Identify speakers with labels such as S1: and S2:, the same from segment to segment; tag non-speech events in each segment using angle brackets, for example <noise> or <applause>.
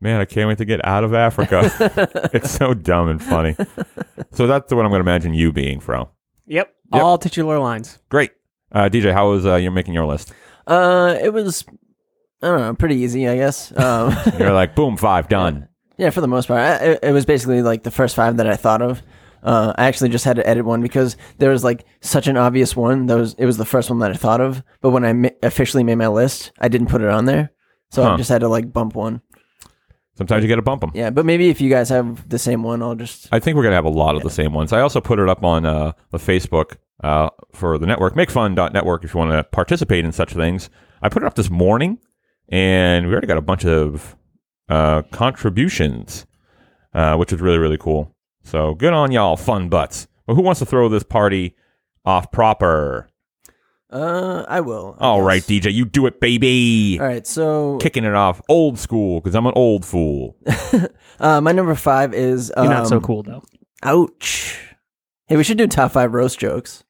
S1: man, I can't wait to get out of Africa. <laughs> it's so dumb and funny. So that's what I'm going to imagine you being from.
S2: Yep. all titular lines.
S1: Great. Uh, DJ, how was uh, you making your list?
S3: Uh, it was, I don't know, pretty easy, I
S1: <laughs>
S3: guess. Um,
S1: You're like, boom, five, done.
S3: yeah, for the most part. I, it, it was basically like the first five that I thought of. Uh, I actually just had to edit one because there was like such an obvious one. That was, it was the first one that I thought of. But when I ma- officially made my list, I didn't put it on there. So
S1: Huh.
S3: I just had to like bump one.
S1: Sometimes you got to bump them.
S3: Yeah, but maybe if you guys have the same one, I'll just.
S1: I think we're going to have a lot of the same ones. I also put it up on uh, the Facebook uh, for the network, makefun.network, if you want to participate in such things. I put it up this morning, and we already got a bunch of uh, contributions, uh, which is really, really cool. So good on y'all, fun butts. But who wants to throw this party off proper?
S3: Uh, I will. I
S1: All
S3: guess.
S1: right, DJ, you do it, baby.
S3: All right. So
S1: Kicking it off old school because I'm an old fool.
S3: uh, my number five is. Um,
S2: You're not so cool though.
S3: Ouch. Hey, we should do top five roast jokes.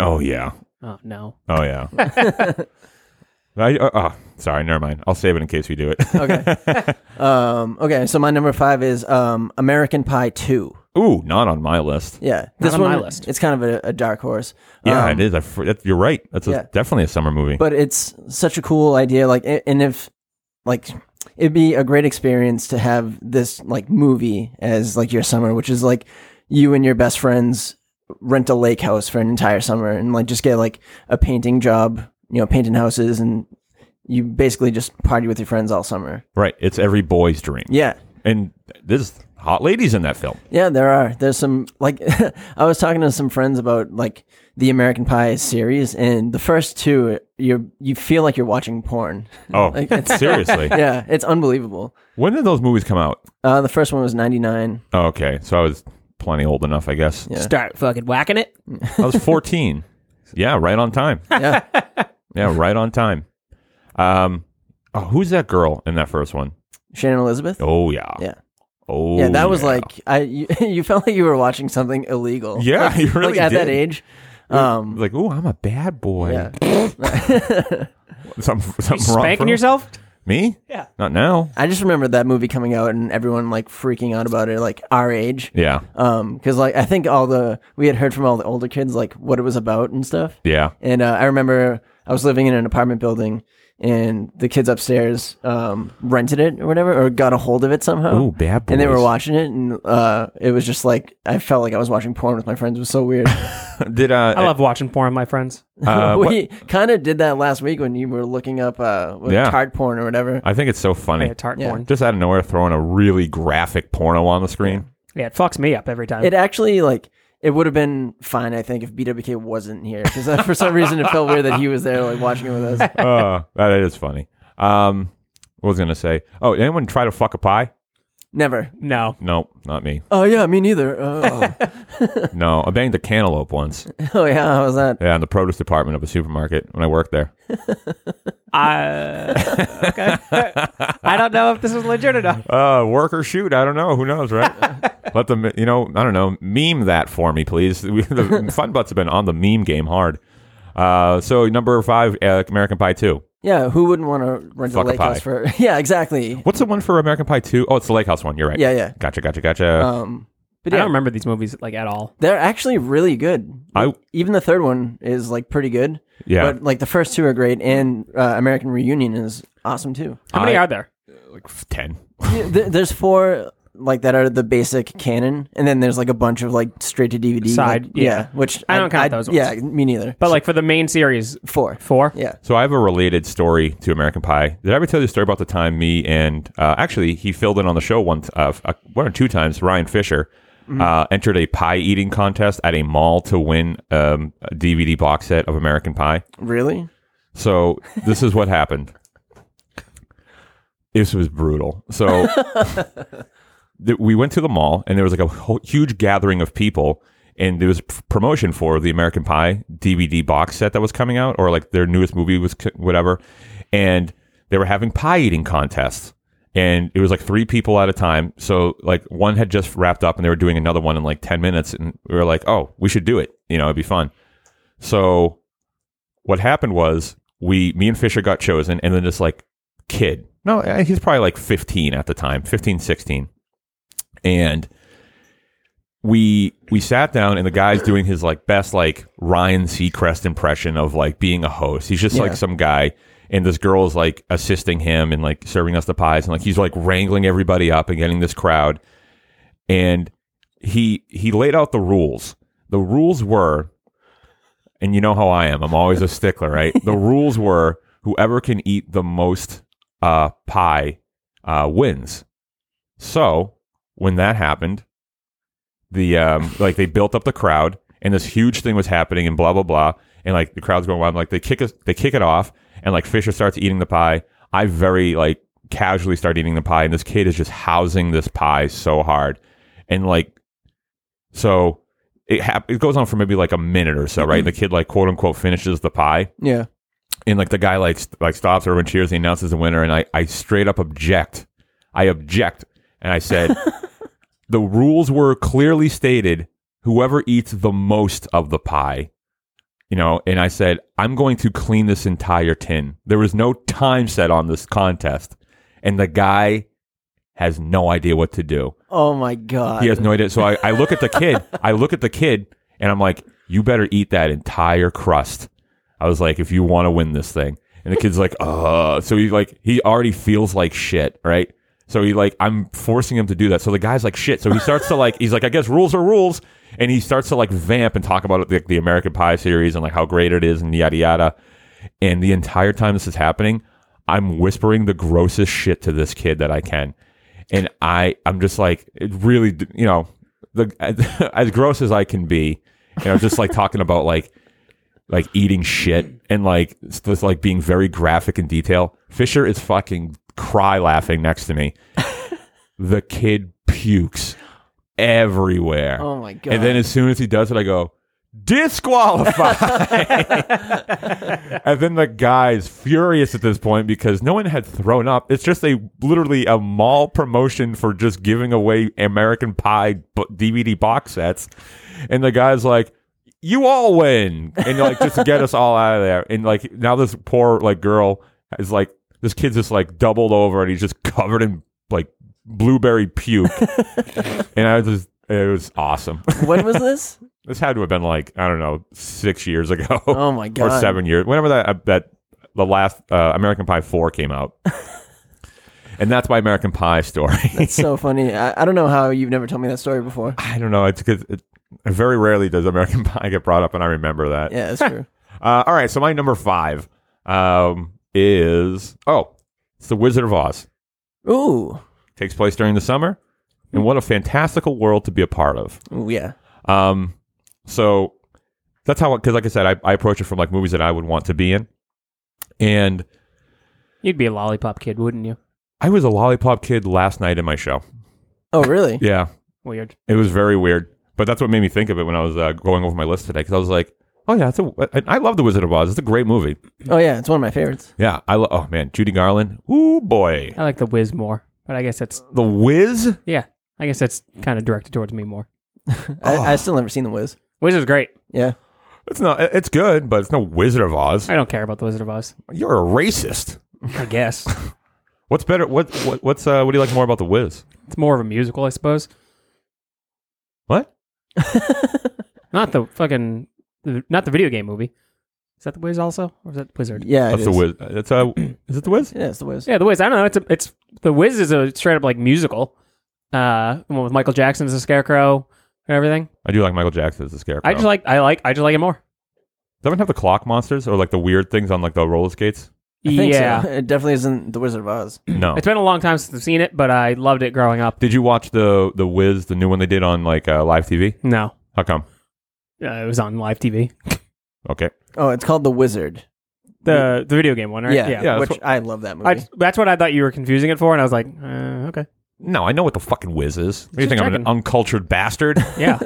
S1: Oh, yeah.
S2: Oh no.
S1: Oh
S3: <laughs>
S1: yeah. <laughs> I, uh, oh, sorry. Never mind. I'll save it in case we do it.
S3: Okay. um, okay. So my number five is um, American Pie Two.
S1: <laughs> Ooh, not on my list.
S3: Yeah, this
S2: on
S3: one
S2: my list.
S3: it's kind of a, a dark horse.
S1: Yeah,
S3: Um,
S1: it is. I, fr- that, you're right. That's a,
S3: yeah.
S1: definitely a summer movie.
S3: but it's such a cool idea like a- and if like it'd be a great experience to have this like movie as like your summer which is like you and your best friends rent a lake house for an entire summer and like just get like a painting job you know painting houses and you basically just party with your friends all summer
S1: right, it's every boy's dream.
S3: yeah
S1: and there's hot ladies in that film.
S3: yeah there are there's some like <laughs> i was talking to some friends about like the american pie series and the first two you you feel like you're watching porn <laughs>
S1: Oh,
S3: Like, it's-
S1: seriously.
S3: <laughs> yeah it's unbelievable
S1: When did those movies come out?
S3: Uh, the first one was ninety nine.
S1: Oh, okay, so I was plenty old enough, I guess.
S3: Yeah.
S2: Start fucking whacking it.
S1: I was
S3: <laughs>
S1: 14. yeah, right on time.
S3: Yeah,
S1: Yeah, right on time. Um, oh, who's that girl in that first one?
S3: Shannon Elizabeth.
S1: Oh yeah.
S3: Yeah.
S1: Oh
S3: yeah, that was
S1: yeah.
S3: like I. You, <laughs> you felt like you were watching something illegal.
S1: Yeah,
S3: like,
S1: you really
S3: like at that
S1: did.
S3: age. Um,
S1: like oh, I'm a bad boy.
S3: yeah,
S1: <laughs> Something, something
S2: You
S1: wrong
S2: spanking
S1: for-
S2: yourself?
S1: Me?
S2: Yeah.
S1: Not now.
S3: I just remember that movie coming out and everyone like freaking out about it, like our age.
S1: Yeah.
S3: Um, because like I think all the we had heard from all the older kids like what it was about and stuff.
S1: Yeah.
S3: And uh, I remember I was living in an apartment building, and the kids upstairs um, rented it or whatever, or got a hold of it somehow.
S1: Ooh, bad
S3: And they were
S1: boys.
S3: watching it, and uh, it was just like I felt like I was watching porn with my friends. It was so weird.
S1: Did uh,
S2: I love watching porn, my friends.
S1: <laughs> uh, what-
S3: <laughs> we kind of did that last week when you were looking up uh, what,
S1: Yeah.
S3: tart porn or whatever.
S1: I think it's so funny.
S2: Yeah, tart
S3: Yeah.
S2: porn.
S1: Just out of nowhere, throwing a really graphic porno on the screen.
S2: Yeah, it fucks me up every time.
S3: It actually like it would have been fine, I think, if BWK wasn't here because uh, for some reason it felt weird that he was there, like watching it
S1: <laughs>
S3: with us.
S2: <laughs>
S1: uh, that is funny. Um, what was I gonna say? Oh, did anyone try to fuck a pie?
S3: Never.
S2: no.
S1: No, not me.
S3: Oh yeah, me neither.
S1: <laughs>
S3: Oh,
S1: No, I banged a cantaloupe once.
S3: <laughs> oh yeah, how was that?
S1: Yeah, in the produce department of a supermarket when I worked there.
S2: I, Uh, okay. I don't know if this is legit or not.
S1: Uh, work or shoot, I don't know. Who knows,
S3: <laughs>
S1: right? Let them, you know, I don't know. Meme that for me, please. <laughs> We-
S3: <laughs>
S1: the Fun Butts have been on the meme game hard. Uh, so number five, uh, American Pie Two.
S3: Yeah, who wouldn't want to rent
S1: Fuck a
S3: a lake
S1: pie.
S3: house for? <laughs> Yeah, exactly.
S1: What's the one for American Pie Two? Oh, it's the Lake House one. You're right.
S3: Yeah, yeah.
S1: Gotcha, gotcha, gotcha.
S3: Um, but
S2: I
S3: yeah,
S2: don't remember these movies like at all.
S3: they're actually really good.
S1: I-
S3: even the third one is like pretty good.
S1: Yeah.
S3: but like the first two are great, and uh, American Reunion is
S1: <sighs>
S3: awesome too.
S2: How many
S1: I-
S2: are there?
S1: like f- ten.
S3: Yeah, th- there's four like that are the basic canon, and then there's like a bunch of like straight to DVD
S2: Side,
S3: like-
S2: yeah.
S3: which
S2: I don't count those ones.
S3: Yeah, me neither.
S2: But like for the main series,
S3: Four.
S2: four.
S3: Yeah.
S1: So I have a related story to American Pie. Did I ever tell you the story about the time me and uh, actually he filled in on the show one, t- uh, uh, one or two times? Ryan Fisher
S3: Mm-hmm.
S1: uh, entered a pie eating contest at a mall to win um, a DVD box set of American Pie.
S3: Really?
S1: So this is what happened. This was brutal. So th- we went to the mall, and there was like a ho- huge gathering of people, and there was p- promotion for the American Pie DVD box set that was coming out, or like their newest movie was c- whatever, and they were having pie eating contests. And it was like three people at a time. So like one had just wrapped up and they were doing another one in like 10 minutes. And we were like, oh, we should do it. You know, it'd be fun. So what happened was we me and fisher got chosen and then this like kid no eh, he's probably like 15 at the time 15 16 and we we sat down and the guy's doing his like best like ryan seacrest impression of like being a host he's just
S3: Yeah.
S1: like some guy and this girl is like assisting him and like serving us the pies and like he's like wrangling everybody up and getting this crowd and he he laid out the rules the rules were and you know how I am. I'm always a stickler, right? the rules were whoever can eat the most uh, pie uh, wins. So when that happened, the um, like they built up the crowd, and this huge thing was happening, and blah blah blah, and like the crowd's going wild. Like they kick us, they kick it off, and like Fisher starts eating the pie. I very like casually start eating the pie, and this kid is just housing this pie so hard, and like so it hap- it goes on for maybe like a minute or so, right? the kid like quote unquote finishes the pie,
S3: Yeah.
S1: and like the guy like st- like stops everyone cheers, he announces the winner, and I I straight up object, I object, and I said the rules were clearly stated: whoever eats the most of the pie. You know, and I said, I'm going to clean this entire tin. There was no time set on this contest. And the guy has no idea what to do.
S3: Oh my god.
S1: He has no idea. So I, I look at the kid. I look at the kid, and I'm like, "You better eat that entire crust." I was like, "If you want to win this thing," and the kid's like, "Uh." So he like he already feels like shit, right? So he like I'm forcing him to do that. So the guy's like shit. So he starts to like he's like I guess rules are rules, and he starts to like vamp and talk about like the American Pie series and like how great it is and yada yada. And the entire time this is happening, I'm whispering the grossest shit to this kid that I can. And I, I'm just like, it really, d- you know, the <laughs> as gross as I can be, you know, just like talking about like, like eating shit and like s- just like being very graphic in detail. Fisher is fucking cry laughing next to me. the kid pukes everywhere.
S3: Oh my god.
S1: And then as soon as he does it, I go, disqualified. and then the guy's furious at this point because no one had thrown up. It's just a literally a mall promotion for just giving away American Pie b- DVD box sets. And the guy's like, you all win. And like, just to get us all out of there. And like, now this poor like girl is like, this kid's just like doubled over and he's just covered in like blueberry puke. and I was just, it was awesome.
S3: when was this?
S1: This had to have been like I don't know six years ago.
S3: Oh my god.
S1: <laughs> Or seven years, whenever that uh, that the last uh, American Pie four came
S3: <laughs>
S1: out, and that's my American Pie story. <laughs>
S3: It's so funny. I, I don't know how you've never told me that story before.
S1: I don't know. It's because it, very rarely does American <laughs> Pie get brought up, and I remember that.
S3: Yeah, that's true.
S1: Uh, all right, so my number five um, is oh, it's The Wizard of Oz.
S3: Ooh.
S1: Takes place during the summer, and what a fantastical world to be a part of.
S3: Ooh, yeah.
S1: Um, so that's how, because like I said, I, I approach it from like movies that I would want to be in. And
S2: You'd be a lollipop kid, wouldn't you?
S1: I was a lollipop kid last night in my show.
S3: Oh, really?
S1: Yeah.
S2: Weird.
S1: It was very weird. But that's what made me think of it when I was uh, going over my list today, because I was like, oh, yeah, that's a, I I love The Wizard of Oz. It's a great movie.
S3: Oh, yeah. It's one of my favorites.
S1: Yeah. I lo- Oh, man. Judy Garland. Ooh, boy.
S2: I like the whiz more, but I guess that's
S1: The Wiz.
S2: yeah. I guess that's kind of directed towards me more.
S3: I, I still never seen The Wiz.
S2: Whiz is great.
S3: Yeah. <laughs>
S1: It's not, it- it's good, but it's no Wizard of Oz.
S2: I don't care about the Wizard of Oz.
S1: You're a racist.
S2: <laughs> I guess
S1: What's better? What, what, what's, uh, what do you like more about The Wiz?
S2: it's more of a musical, I suppose.
S1: What?
S2: Not the fucking, not the video game movie. Is that the Wiz also, or is that Wizard?
S3: Yeah. it
S1: That's The
S3: is.
S1: Wiz. That's, uh, is it The Wiz?
S3: Yeah, it's The Wiz.
S2: Yeah, the Wiz. I don't know. It's a, it's the Wiz is a straight up like musical. Uh, the one with Michael Jackson as a scarecrow and everything.
S1: I do like Michael Jackson as a scarecrow.
S2: I just like I like I just like it more.
S1: Doesn't it have the clock monsters or like the weird things on like the roller skates?
S3: I think so.
S2: yeah, <laughs>
S3: It definitely isn't The Wizard of Oz.
S1: No.
S2: it's been a long time since I've seen it, but I loved it growing up.
S1: Did you watch the the Wiz, the new one they did on like uh, live TV?
S2: No,
S1: How come?
S2: uh, it was on live TV.
S1: Okay.
S3: Oh, it's called The Wizard.
S2: The the video game one, right?
S3: Yeah.
S1: Yeah, that's
S3: which
S1: what-
S3: I love that movie.
S2: I, that's what I thought you were confusing it for, and I was like, uh, <laughs> okay,
S1: No, I know what the fucking Wiz is. What do you think?
S2: Just
S1: I'm an
S2: checking.
S1: uncultured bastard.
S2: yeah.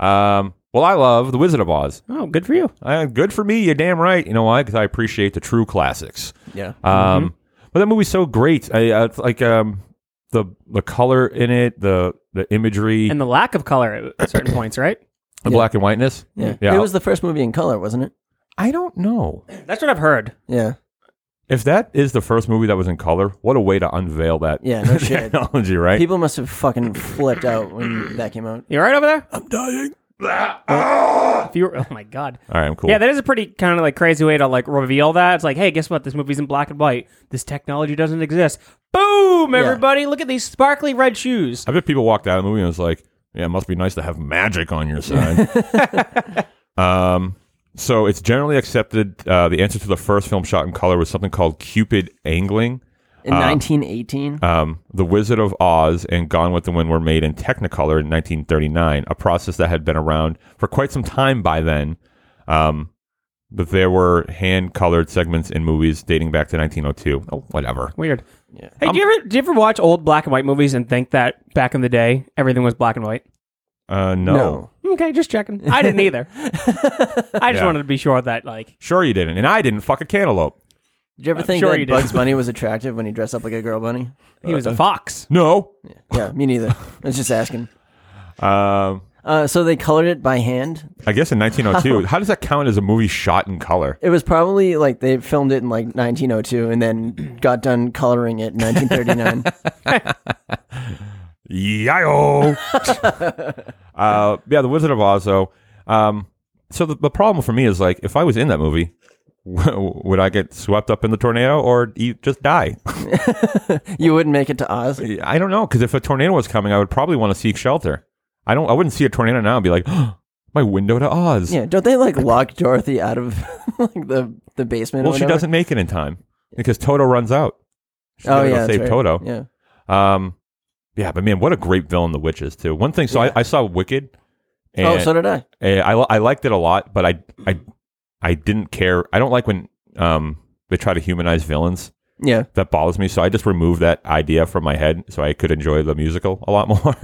S1: um. Well, I love the Wizard of Oz.
S2: oh, good for you.
S1: Uh, good for me. You're damn right. You know why? Because I appreciate the true classics.
S3: yeah.
S1: Um. But that movie's so great. I uh, it's like um the the color in it, the the imagery,
S2: And
S1: and
S2: the lack of color at certain points, right?
S1: the black and whiteness.
S3: yeah.
S1: Yeah.
S3: It was the first movie in color, wasn't it?
S1: I don't know.
S2: That's what I've heard.
S3: Yeah.
S1: If that is the first movie that was in color, what a way to unveil that <laughs>
S3: Yeah, no shit.
S1: technology, right?
S3: People must have fucking flipped out when that came out.
S2: You all right over there?
S1: I'm dying.
S2: If you were, oh my god.
S1: All right, I'm cool.
S2: Yeah, that is a pretty kind of like crazy way to like reveal that. It's like, hey, guess what? This movie's in black and white. This technology doesn't exist. Boom! Everybody, look at these sparkly red shoes.
S1: I bet people walked out of the movie and was like, "Yeah, it must be nice to have magic on your side."
S3: <laughs>
S1: um, so it's generally accepted. Uh, the answer to the first film shot in color was something called Cupid angling. Uh,
S3: In 1918.
S1: Um, the Wizard of Oz and Gone with the Wind were made in Technicolor in 1939, a process that had been around for quite some time by then. Um, but there were hand colored segments in movies dating back to 1902. Oh, whatever.
S2: Weird. Yeah. Um, Hey, do you ever do you ever watch old black and white movies and think that back in the day everything was black and white?
S1: Uh, no.
S3: No.
S2: Okay, just checking. I didn't <laughs> either. I just
S1: Yeah.
S2: wanted to be sure that like
S1: Sure, you didn't. And I didn't fuck a cantaloupe.
S3: Did you ever think
S2: sure you did.
S3: that Bugs Bunny was attractive when he dressed up like a girl bunny?
S2: he was a fox.
S1: No.
S3: Yeah, me neither. I was just asking.
S1: Um,
S3: Uh, so they colored it by hand.
S1: I guess in
S3: <laughs>
S1: 1902. how does that count as a movie shot in color?
S3: It was probably like they filmed it in like
S1: <clears throat> <laughs>
S3: 1902 and then got done coloring it in 1939. <laughs>
S1: Yo. uh, yeah, The Wizard of Oz. Though, um, so the, the problem for me is like, if I was in that movie, <laughs> would I get swept up in the tornado or e- just die?
S3: You wouldn't make it to Oz.
S1: I don't know because if a tornado was coming, I would probably want to seek shelter. I don't. I wouldn't see a tornado now and be like, <gasps> my window to Oz.
S3: Yeah, don't they like lock Dorothy out of <laughs> like the the basement? or
S1: well, she
S3: whatever?
S1: doesn't make it in time because Toto runs out. She's
S3: Oh
S1: gotta go
S3: yeah, that's
S1: save
S3: right.
S1: Toto.
S3: Yeah,
S1: Um, yeah, but man, what a great villain the witch is too. One thing, so I, I saw Wicked. And
S3: Oh, so did I.
S1: eh, I li- I liked it a lot, but I I I didn't care. I don't like when um they try to humanize villains.
S3: yeah.
S1: That bothers me. So I just removed that idea from my head so I could enjoy the musical a lot <laughs> more.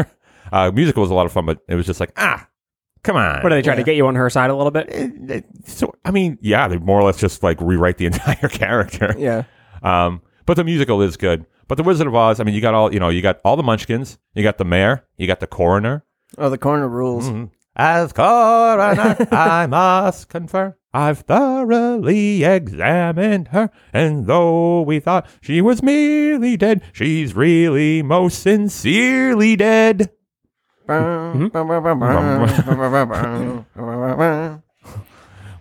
S1: uh, musical was a lot of fun, but it was just like ah, come on. Eh,
S2: What are they trying to get you on her side a little bit?
S1: so I mean, yeah, they more or less just like rewrite the <laughs> entire character.
S3: Yeah.
S1: Um, but the musical is good. But the Wizard of Oz, I mean, you got all you know, you got all the Munchkins, you got the mayor, you got the coroner.
S3: Oh, the corner rules.
S1: Mm-hmm. As coroner, I must confirm I've thoroughly examined her, and though we thought she was merely dead, she's really most sincerely dead.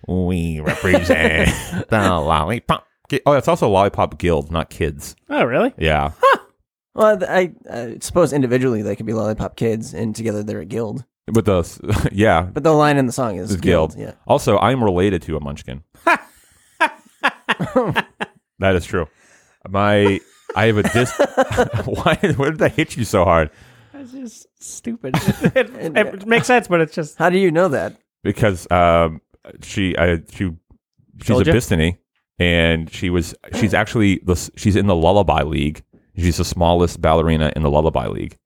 S1: We represent the lollipop. Gi- Oh, it's also Lollipop Guild, not kids.
S2: Oh, really?
S1: Yeah.
S3: well, I, I suppose individually they could be lollipop kids, and together they're a guild.
S1: But the s- <laughs> yeah,
S3: But the line in the song is
S1: This guild.
S3: Yeah.
S1: Also, I'm related to a
S2: <laughs>
S1: munchkin. that is true. My I have a dis <laughs> why where did that hit you so hard?
S2: It's just stupid. <laughs> it, it makes sense, but it's just
S3: How do you know that? <laughs>
S1: Because um she I she she's
S2: Told
S1: a
S2: ya.
S1: Bistany and she was she's actually the s- she's in the lullaby league. She's the smallest ballerina in the lullaby league.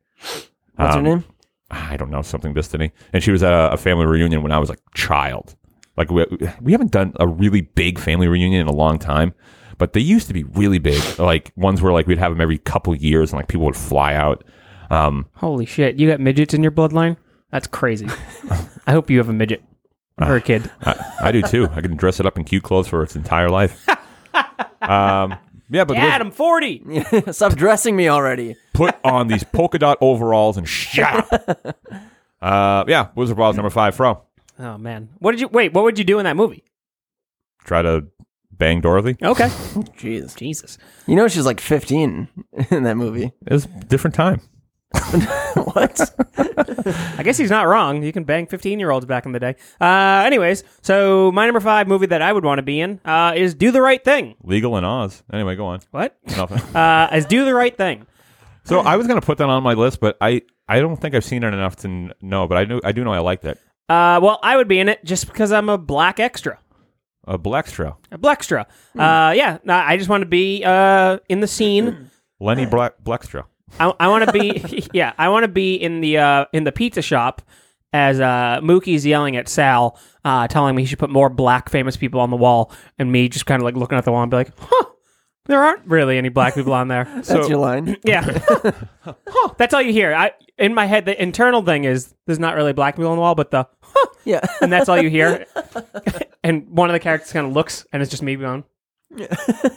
S3: What's
S1: Um,
S3: her name?
S1: I don't know something Bistany. And she was at a, a family reunion when I was like child. Like we, we haven't done a really big family reunion in a long time, but they used to be really big. Like ones where like we'd have them every couple years and like people would fly out. Um,
S2: holy shit. You got midgets in your bloodline? That's crazy. I hope you have a midget or a <laughs> kid.
S1: I, I do too. I can dress it up in cute clothes for its entire life. Um, yeah, but
S2: Adam, forty.
S3: Stop dressing me already.
S1: <laughs> put on these polka dot overalls and shut up. Uh, yeah, Wizard of Oz number five, Fro.
S2: Oh man, what did you wait? What would you do in that movie?
S1: Try to bang Dorothy.
S2: Okay,
S3: Jeez.
S2: Jesus.
S3: You know she's like 15 <laughs> in that
S1: <laughs>
S3: movie.
S1: It was a different time.
S3: what?
S2: I guess he's not wrong. You can bang fifteen-year-olds back in the day. Uh, anyways, so my number five movie that I would want to be in uh, is Do the Right Thing.
S1: Legal in Oz. Anyway, go on.
S2: What?
S1: Nothing.
S2: Uh, is Do the Right Thing.
S1: So I was gonna put that on my list, but I I don't think I've seen it enough to kn- know. But I do I do know I liked it.
S2: Uh, well, I would be in it just because I'm a black extra,
S1: A Blackstro,
S2: a blackstra. Uh, yeah, no, I just want to be uh, in the scene.
S1: Lenny Black Blackstro.
S2: I, I want to be, <laughs> yeah, I want to be in the uh, in the pizza shop as uh, Mookie's yelling at Sal, uh, telling me he should put more black famous people on the wall, and me just kind of like looking at the wall and be like, huh, there aren't really any black people on there.
S3: That's your line.
S2: Yeah, huh, that's all you hear. I in my head, the internal thing is there's not really black people on the wall, but the huh,
S3: Yeah. <laughs>
S2: and that's all you hear. <laughs> and one of the characters kind of looks, and it's just me going,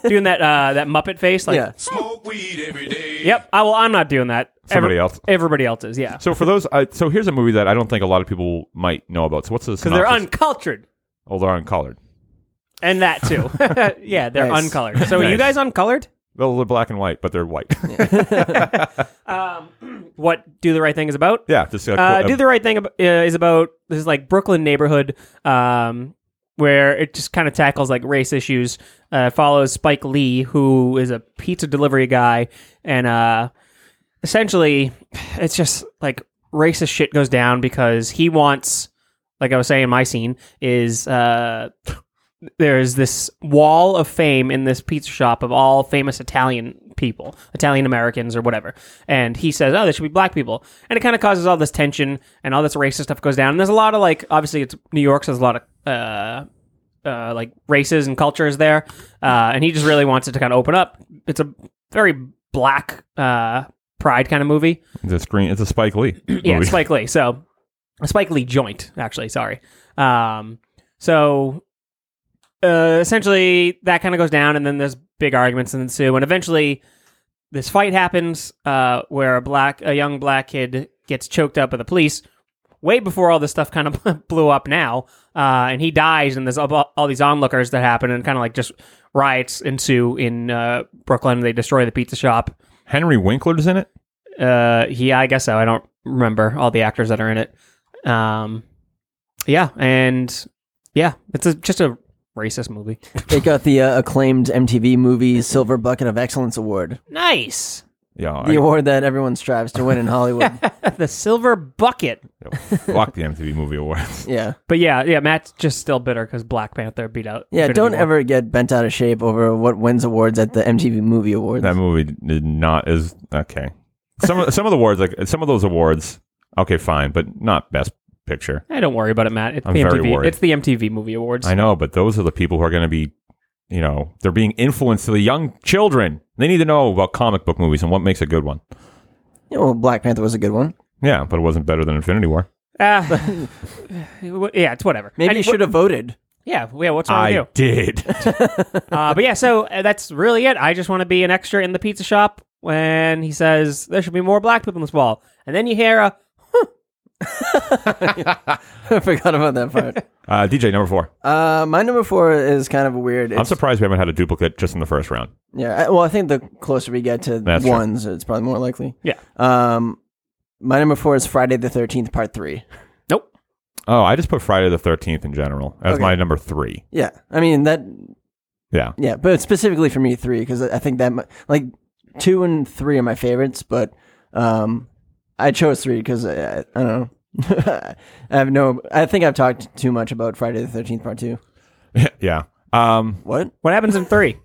S2: doing that uh, that Muppet face. Like,
S3: yeah.
S4: Smoke weed every day.
S2: yep. I well, I'm not doing that.
S1: Somebody else.
S2: Everybody else is, yeah,
S1: So for those, I, so here's a movie that I don't think a lot of people might know about. So what's the?
S2: because they're
S1: synopsis?
S2: uncultured,
S1: oh, they're uncolored.
S2: and that
S1: <laughs>
S2: too. <laughs> yeah, they're
S3: Nice.
S2: uncolored. So are you
S1: Nice.
S2: guys uncolored?
S1: Well, they're black and white, but they're
S2: <laughs>
S1: white.
S2: What do the right thing is about?
S1: yeah, just a,
S2: Uh,
S1: a-
S2: Do the Right Thing ab- uh, is about this like Brooklyn neighborhood um, where it just kind of tackles like race issues. Uh, follows Spike Lee, who is a pizza delivery guy, and uh, essentially, it's just like racist shit goes down because he wants, like I was saying, my scene is. Uh, there's this wall of fame in this pizza shop of all famous Italian people, Italian Americans or whatever. And he says, "Oh, there should be black people," and it kind of causes all this tension and all this racist stuff goes down. And there's a lot of like, obviously, it's New York, so there's a lot of uh, uh, like races and cultures there, uh, and he just really wants it to kind of open up. It's a very black uh, pride kind of movie.
S1: it's a screen. It's a Spike Lee.
S2: <clears throat> Yeah,
S1: movie.
S2: Spike Lee. So a Spike Lee joint, actually. Sorry. Um, so uh, essentially, that kind of goes down, and then there's big arguments ensue, and eventually, this fight happens uh, where a black, a young black kid gets choked up by the police. Way before all this stuff kind of <laughs> blew up now, uh, and he dies, and there's all, all these onlookers that happen, and kind of like just riots ensue in uh, Brooklyn. They destroy the pizza shop.
S1: Henry Winkler's in it.
S2: Uh, yeah, I guess so. I don't remember all the actors that are in it. Um, yeah, and yeah, it's a, just a racist movie.
S3: It got the uh, acclaimed MTV movie Silver Bucket of Excellence Award,
S2: nice. <laughs>
S1: Yeah,
S3: the award that everyone strives to win in Hollywood.
S2: the silver bucket.
S1: I, fuck the MTV Movie Awards. <laughs>
S3: yeah,
S2: But yeah, yeah, Matt's just still bitter because Black Panther beat out.
S3: yeah.
S2: Infinity
S3: Don't
S2: War.
S3: ever get bent out of shape over what wins awards at the MTV Movie Awards.
S1: That movie did not is okay. Some of, some of the awards like some of those awards. Okay, fine, but not Best Picture.
S2: Hey, don't worry about it, Matt. It's
S1: I'm
S2: the
S1: very
S2: MTV.
S1: worried.
S2: It's the MTV Movie Awards.
S1: I know, but those are the people who are going to be, you know, they're being influenced to the young children. They need to know about comic book movies and what makes a good one.
S3: Yeah, well, Black Panther was a good one.
S1: Yeah, but it wasn't better than Infinity War.
S3: <laughs>
S2: Ah, <laughs> yeah, it's whatever.
S3: Maybe
S2: Any-
S3: you should have voted. <laughs>
S2: Yeah, yeah. What's wrong
S1: I
S2: with you?
S1: did.
S2: Uh, but yeah, so uh, that's really it. I just want to be an extra in the pizza shop when he says there should be more black people in this ball, and then you hear a
S3: I forgot about that
S1: <laughs>
S3: part.
S1: uh, DJ number four.
S3: uh, my number four is kind of a weird.
S1: I'm
S3: it's-
S1: surprised we haven't had a duplicate just in the first round.
S3: Yeah. I- Well, I think the closer we get to
S1: That's true.
S3: ones, it's probably more likely.
S2: Yeah.
S3: Um, my number four is Friday the Thirteenth Part Three.
S2: nope.
S1: Oh, I just put Friday the 13th in general as
S3: Okay.
S1: my number three.
S3: Yeah. I mean that.
S1: Yeah. <laughs>
S3: Yeah, but specifically for me three because I I think that mi- like two and three are my favorites, but um, I chose three because I, I, I don't know. <laughs> I have no. I think I've talked too much about Friday the Thirteenth Part Two.
S1: yeah. Um,
S3: What?
S2: What happens in
S3: <laughs>
S2: three?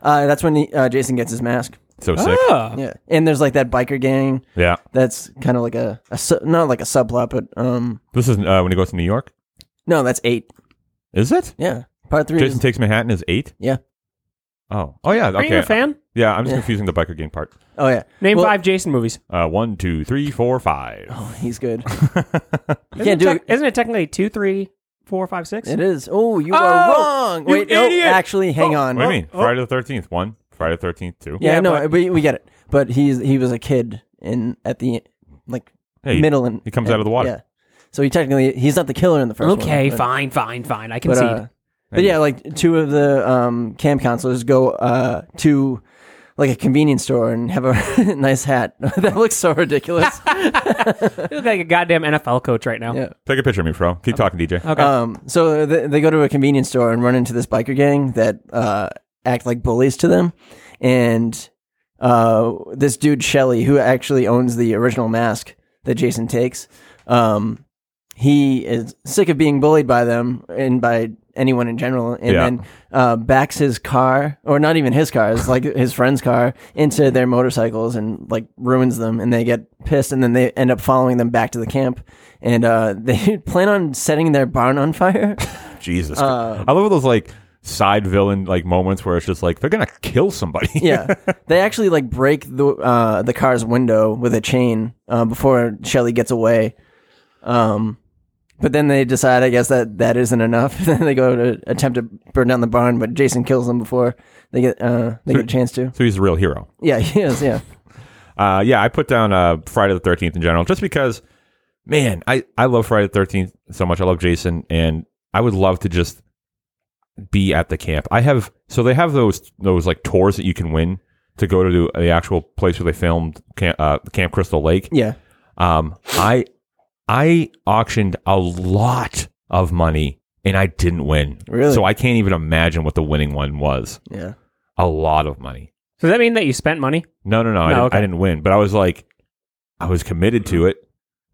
S3: Uh, that's when he, uh, Jason gets his mask.
S1: so sick.
S2: Oh.
S3: Yeah, and there's like that biker gang.
S1: Yeah.
S3: That's kind of like a, a su- not like a subplot, but um,
S1: This is uh, when he goes to New York.
S3: no, that's eight.
S1: Is it?
S3: Yeah, part three.
S1: Jason
S3: Is,
S1: Takes Manhattan is eight?
S3: yeah.
S1: Oh. Oh, yeah. Okay.
S2: Are you a fan?
S1: Yeah, I'm just
S3: Yeah.
S1: confusing the biker gang part.
S3: Oh yeah.
S2: Name
S3: Well-
S2: five Jason movies.
S1: Uh, one, two, three, four, five.
S3: Oh,
S2: <laughs>
S3: he's good.
S1: <laughs>
S3: you
S2: Isn't,
S3: can't
S2: it
S3: do
S2: tec-
S3: it.
S2: isn't it technically two, three, four, five, six?
S3: It is. Oh, you
S2: Oh,
S3: are wrong.
S2: you
S3: Wait, no.
S2: idiot.
S3: Actually, hang on.
S1: what do you mean?
S2: oh.
S1: Friday the 13th, one. Friday the 13th, two.
S3: Yeah,
S2: Yeah,
S3: no,
S2: but-
S3: we, we get it. But he's he was a kid in at the like
S1: Hey,
S3: middle and
S1: he comes out of the water.
S3: Yeah. So he technically he's not the killer in the first one.
S2: Okay,
S3: but-
S2: fine, fine, fine. I
S3: But,
S2: concede.
S3: uh, but yeah, like two of the um, camp counselors go uh, to like a convenience store and have a <laughs> nice hat. that looks
S2: <laughs>
S3: so ridiculous.
S2: You look like a goddamn NFL coach right now.
S3: Yeah.
S1: Take a picture of me, bro.
S3: Uh,
S1: Keep talking, DJ.
S2: Okay.
S3: Um, so they, they go to a convenience store and run into this biker gang that uh, act like bullies to them, and uh, this dude Shelly, who actually owns the original mask that Jason takes, um, he is sick of being bullied by them and by anyone in general, and
S1: Yeah.
S3: then uh, backs his car, or not even his car, it's like his friend's car, into their motorcycles and like ruins them, and they get pissed, and then they end up following them back to the camp, and uh, <laughs> they plan on setting their barn on fire.
S1: Jesus.
S3: uh,
S1: I love those, like, side villain, like, moments where it's just like, they're going to kill somebody.
S3: <laughs>
S2: <laughs>
S3: yeah, they actually like break the uh, the car's window with a chain uh, before Shelly gets away. Um, but then they decide, I guess that that isn't enough. <laughs> then they go to attempt to burn down the barn, but Jason kills them before they get uh, they get a chance to.
S1: <laughs> so he's a real hero.
S3: Yeah, he is. Yeah,
S1: Uh, yeah, I put down uh, Friday the Thirteenth in general, just because, man, I I love Friday the Thirteenth so much. I love Jason, and I would love to just be at the camp. I have so they have those those like tours that you can win to go to the actual place where they filmed Camp, uh, camp Crystal Lake.
S3: yeah.
S1: Um, I I auctioned a lot of money and I didn't win.
S3: Really?
S1: So I can't even imagine what the winning one was.
S3: Yeah.
S1: A lot of money.
S2: so does that mean that you spent money?
S1: No, no, no. I,
S2: No,
S1: didn't,
S2: okay.
S1: I didn't win, but I was like, I was committed to it.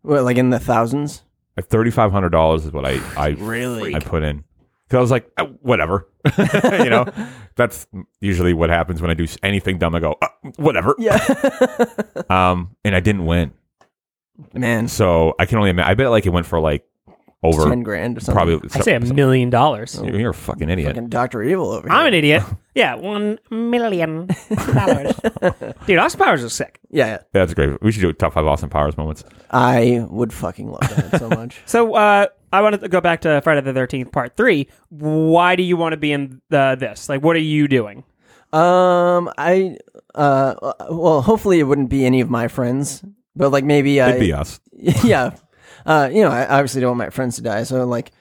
S3: What, like in the thousands?
S1: Like thirty five hundred dollars is what I I
S3: Really?
S1: I put in because I was like, "Ah, whatever, <laughs> you know. That's usually what happens when I do s- anything dumb. I go, "Ah, whatever.
S3: Yeah.
S1: Um, and I didn't win,
S3: <laughs> Man,
S1: so I can only imagine. I bet like it went for like over
S3: ten grand or something.
S1: probably.
S2: I say a million
S3: Oh,
S2: dollars.
S1: You're, you're a fucking idiot.
S3: Fucking Doctor Evil over here.
S2: I'm an
S3: <laughs>
S2: idiot. Yeah, one million dollars. Dude, Austin Powers is sick.
S3: yeah, yeah.
S1: That's great. We should do a top five Austin Powers moments.
S3: I would fucking love
S2: <laughs>
S3: that so much.
S2: So uh, I wanted to go back to Friday the Thirteenth Part Three. Why do you want to be in the, this? Like, what are you doing?
S3: Um, I uh, well, hopefully it wouldn't be any of my friends, but like maybe I
S1: It'd be us.
S3: <laughs> yeah. Uh, you know, I obviously don't want my friends to die, so like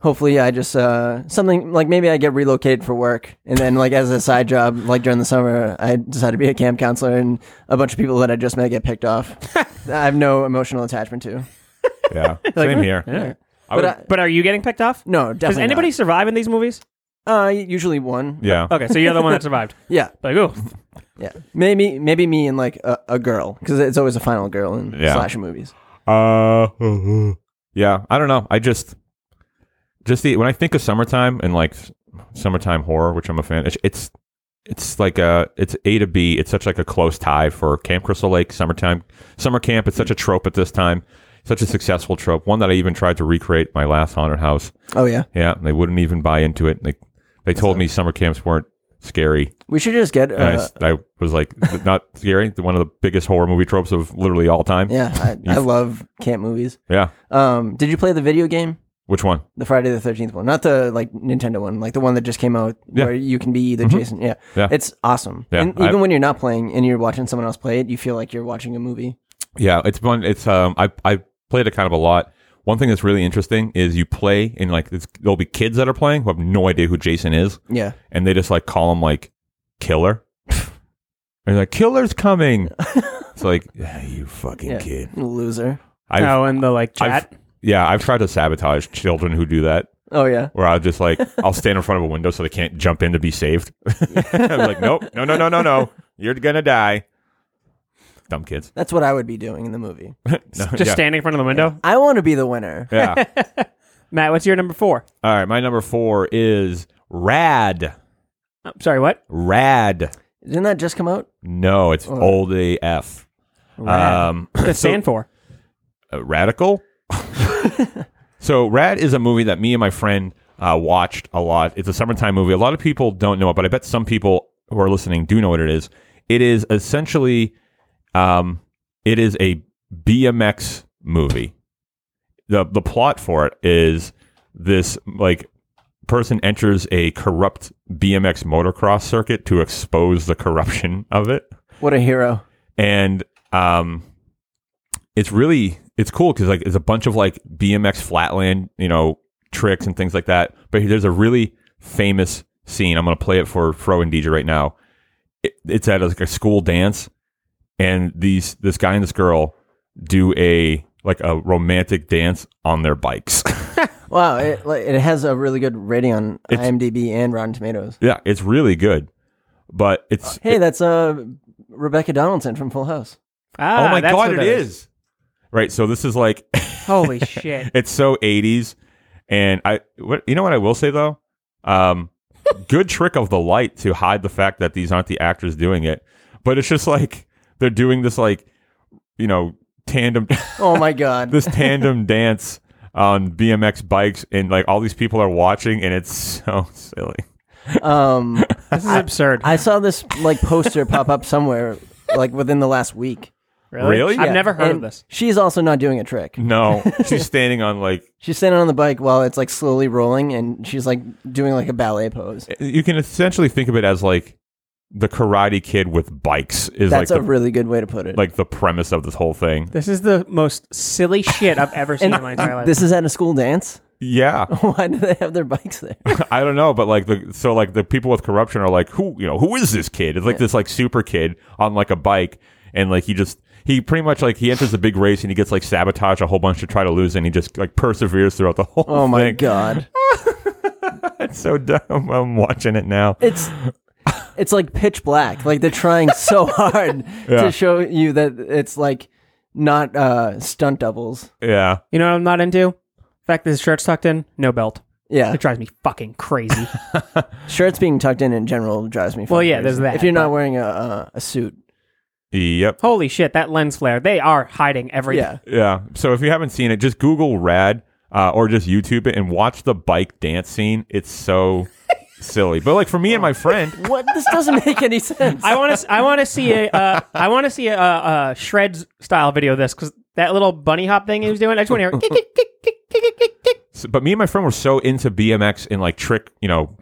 S3: hopefully I just uh something like maybe I get relocated for work and then like as a side job, like during the summer, I decide to be a camp counselor and a bunch of people that I just met get
S2: <laughs>
S3: picked off. that I have no emotional attachment to.
S1: Yeah. Same here. I
S3: But
S1: would-
S3: I,
S2: But are you getting picked off?
S3: no, definitely
S2: Does anybody
S3: not.
S2: survive in these movies?
S3: Uh, usually one.
S1: yeah.
S2: Okay, so you're the one that survived.
S3: Yeah,
S2: Like, ooh,
S3: yeah. Maybe maybe me and like a, a girl because it's always a final girl in
S1: Yeah.
S3: slasher movies.
S1: Uh, <laughs> yeah, I don't know. I just, just the when I think of summertime and like s- summertime horror, which I'm a fan. It's it's, it's like a it's A to B. It's such like a close tie for Camp Crystal Lake summertime summer camp. It's such a trope at this time, such a successful trope. One that I even tried to recreate my last haunted house.
S3: Oh yeah,
S1: Yeah, they wouldn't even buy into it. They they told me summer camps weren't scary.
S3: we should just get. Uh,
S1: And I s- I, was like, not scary. One of the biggest horror movie tropes of literally all time.
S3: yeah,
S1: <laughs>
S3: I, I love camp movies.
S1: yeah.
S3: Um, did you play the video game?
S1: Which one?
S3: The Friday the Thirteenth one, not the like Nintendo one, like the one that just came out
S1: Yeah. Mm-hmm.
S3: where you can be either Jason. Yeah,
S1: Yeah.
S3: it's awesome.
S1: Yeah,
S3: and
S1: I-
S3: even when you're not playing and you're watching someone else play it, you feel like you're watching a movie.
S1: Yeah, it's fun. It's um, I I played it kind of a lot. One thing that's really interesting is you play and like it's, there'll be kids that are playing who have no idea who Jason is,
S3: Yeah,
S1: and they just like call him like killer, <laughs> and they're like killer's coming. it's like "Yeah, you fucking
S3: yeah.
S1: kid.
S3: loser.
S1: I've,
S2: oh, and the like
S1: I've- <laughs>
S2: chat.
S1: yeah, I've tried to sabotage children who do that,
S3: Oh yeah,
S1: where I'll just like I'll stand in front of a window so they can't jump in to be saved. <laughs> I'm like, nope, no, no, no, no, no, you're gonna die. Dumb kids.
S3: that's what I would be doing in the movie.
S1: No,
S2: Just
S1: yeah.
S2: standing in front of the window.
S3: I want to be the winner.
S1: Yeah.
S2: Matt, what's your number four?
S1: All right, my number four is Rad.
S2: Oh, sorry, what?
S1: <laughs> Rad.
S3: Didn't that just come out?
S1: No, it's old AF.
S3: Rad.
S1: Um,
S2: What does it stand for?
S1: uh, radical. so Rad is a movie that me and my friend uh, watched a lot. It's a summertime movie. A lot of people don't know it, but I bet some people who are listening do know what it is. It is essentially, um, it is a BMX movie. the The plot for it is this like person enters a corrupt BMX motocross circuit to expose the corruption of it
S3: What a hero!
S1: and um, it's really it's cool because like there's a bunch of like BMX flatland you know tricks and things like that. But there's a really famous scene. I'm gonna play it for Fro and DJ right now. It, it's at like a school dance, and these this guy and this girl do a like a romantic dance on their bikes. <laughs>
S3: Wow, it, like, it has a really good rating on
S1: It's-
S3: IMDb and Rotten Tomatoes.
S1: yeah, it's really good. But it's
S3: Hey, that's uh Rebecca Donaldson from Full House.
S2: Ah,
S1: oh my
S2: that's
S1: god,
S2: what
S1: it
S2: that
S1: is. right. So this is like
S2: <laughs> Holy shit!
S1: It's so 80s. And I, what, you know what I will say though? Um,
S3: <laughs>
S1: good trick of the light to hide the fact that these aren't the actors doing it. But it's just like they're doing this, like, you know, tandem, <laughs>
S3: Oh my god,
S1: this tandem
S3: <laughs>
S1: dance on BMX bikes. And like all these people are watching and it's <laughs> so silly. <laughs>
S3: um,
S2: This is absurd.
S3: I saw this like poster pop up somewhere like within the last week.
S2: really?
S1: Really?
S2: I've
S3: Yeah,
S2: never heard of
S3: and
S2: this.
S3: She's also not doing a trick.
S1: No, she's
S3: <laughs>
S1: standing on like,
S3: She's standing on the bike while it's like slowly rolling, and she's like doing like a ballet pose.
S1: you can essentially think of it as like the karate kid with bikes is
S3: That's
S1: like
S3: a
S1: the,
S3: really good way to put it.
S1: like the premise of this whole thing.
S2: This is the most silly shit I've
S1: <laughs>
S2: ever seen in my entire life.
S3: this is at a school dance. <laughs>
S1: Yeah.
S3: Why do they have their bikes there?
S1: I don't know, but like the so like the people with corruption are like who you know who is this kid? It's like this like super kid on like a bike, and like he just he pretty much like he enters a big race and he gets like sabotage a whole bunch to try to lose, and he just like perseveres throughout the <laughs> whole.
S3: Oh my
S1: thing.
S3: god,
S1: it's so dumb. <laughs> I'm watching it now.
S3: it's it's like pitch black. Like they're trying so
S1: <laughs>
S3: hard
S1: Yeah.
S3: to show you that it's like not uh stunt doubles.
S1: Yeah,
S2: You know what I'm not into? The fact that his shirt's tucked in, no belt.
S3: Yeah,
S2: It drives me fucking
S3: <laughs>
S2: crazy.
S3: shirts being tucked in in general drives me.
S2: Well,
S3: fucking
S2: yeah, there's
S3: crazy.
S2: that,
S3: If you're not
S2: but-
S3: wearing a uh, a suit,
S1: yep,
S2: Holy shit, that lens flare. They are hiding everything.
S3: yeah.
S1: yeah. So if you haven't seen it, just Google Rad uh, or just YouTube it and watch the bike dance scene. It's
S3: <laughs>
S1: so silly, but like for me and my friend,
S3: What? This doesn't
S2: <laughs>
S3: make any sense.
S2: I want to. I want to see a. Uh, I want to see a, uh a shreds style video of this because that little bunny hop thing he was doing. I just want to hear. "Kick, kick, kick, kick, kick, kick, kick, kick."
S1: So- but me and my friend were
S3: Oh
S1: so into BMX and like trick, you know,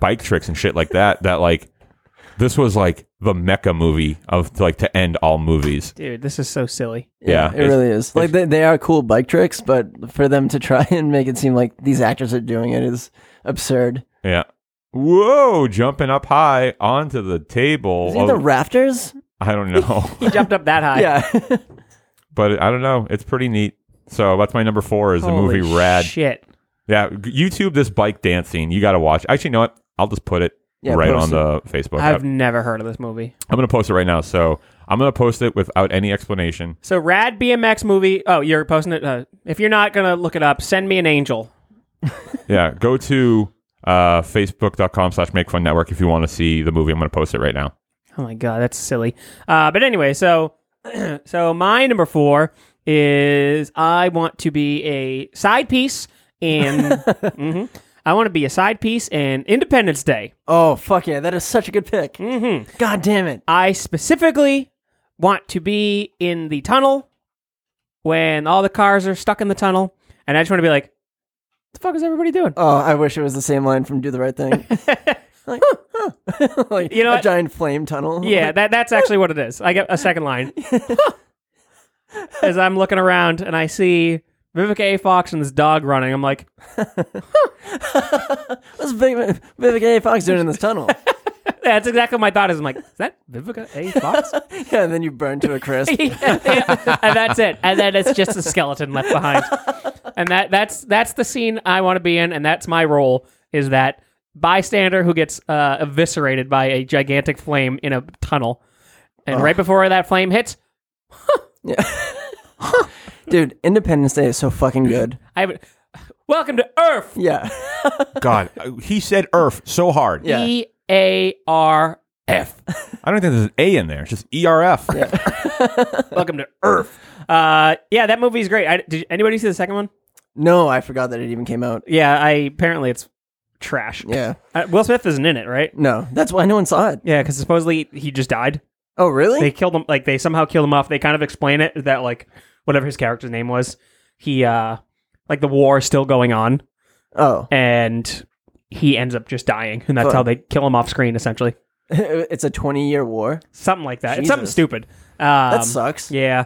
S1: bike tricks and shit like that that like This was like the mecca movie of like to end all movies.
S2: Dude, this is so silly.
S1: Yeah,
S3: it really is. Like they, they are cool bike tricks, but for them to try and make it seem like these actors are doing it is absurd.
S1: Yeah. Whoa, jumping up high onto the table.
S3: Is it
S1: of-
S3: the rafters?
S1: I don't
S3: <laughs>
S1: know.
S2: He jumped up that high.
S3: yeah. <laughs>
S1: but I don't know. It's pretty neat. So that's my number four is the
S2: Holy
S1: movie Rad.
S2: Shit.
S1: yeah, g- YouTube this bike dance scene. You got to watch. Actually, you know what? I'll just put it
S3: Yeah,
S1: right on
S3: post
S1: the Facebook. app.
S2: I've never heard of this movie.
S1: I'm going to post it right now. So I'm going to post it without any explanation.
S2: So rad BMX movie. Oh, you're posting it. Uh, if you're not gonna look it up, send me an angel.
S1: Yeah, go to uh, facebook.com slash make fun network if you want to see the movie. I'm going to post it right now.
S2: Oh my god, that's silly. Uh, but anyway, so <clears throat> so my number four is I want to be a side piece and Mhm. I want to be a side piece and Independence Day.
S3: Oh fuck yeah, that is such a good pick. Mm-hmm. God damn it.
S2: I specifically want to be in the tunnel when all the cars are stuck in the tunnel, and I just want to be like, what the fuck is everybody doing?
S3: Oh, I wish it was the same line from Do the
S2: <laughs>
S3: Right Thing. like, huh, huh. <laughs> like
S2: You know
S3: a
S2: what?
S3: giant flame tunnel.
S2: Yeah, that that's actually what it is. I get a second line. As I'm looking around and I see Vivica A. Fox and this dog running, I'm like,
S3: What's Viv- Vivica A. Fox doing in
S2: <laughs>
S3: this tunnel?
S2: that's exactly my thought is. I'm like, is that Vivica A. Fox?
S3: yeah, and then you burn to a
S2: <laughs>
S3: crisp.
S2: and that's it. And then it's just a skeleton left behind. And that that's that's the scene I want to be in, and that's my role is that bystander who gets uh, eviscerated by a gigantic flame in a tunnel. And right before that flame hits,
S3: Dude, Independence Day is so fucking good.
S2: I have Welcome to Earth.
S3: Yeah.
S1: God, <laughs> he said ERF so hard.
S3: Yeah.
S2: E A R F.
S1: I don't think there's an A in there. It's just E ERF.
S2: Welcome to Earth. Uh, yeah, that movie's great. I, did anybody see the second one?
S3: No, I forgot that it even came out.
S2: Yeah, I apparently it's trash.
S3: Yeah.
S2: Uh, Will Smith isn't in it, right?
S3: No, that's why no one saw it.
S2: Yeah, because supposedly he just died.
S3: Oh, really?
S2: They killed him. Like they somehow killed him off. They kind of explain it that like whatever his character's name was, he uh like the war is still going on, <laughs>
S3: oh,
S2: and he ends up just dying, and that's
S3: Fuck.
S2: how they kill him off screen essentially.
S3: it's a 20 year war.
S2: Something like that. It's something
S3: Jesus.
S2: stupid. Um,
S3: That sucks.
S2: Yeah.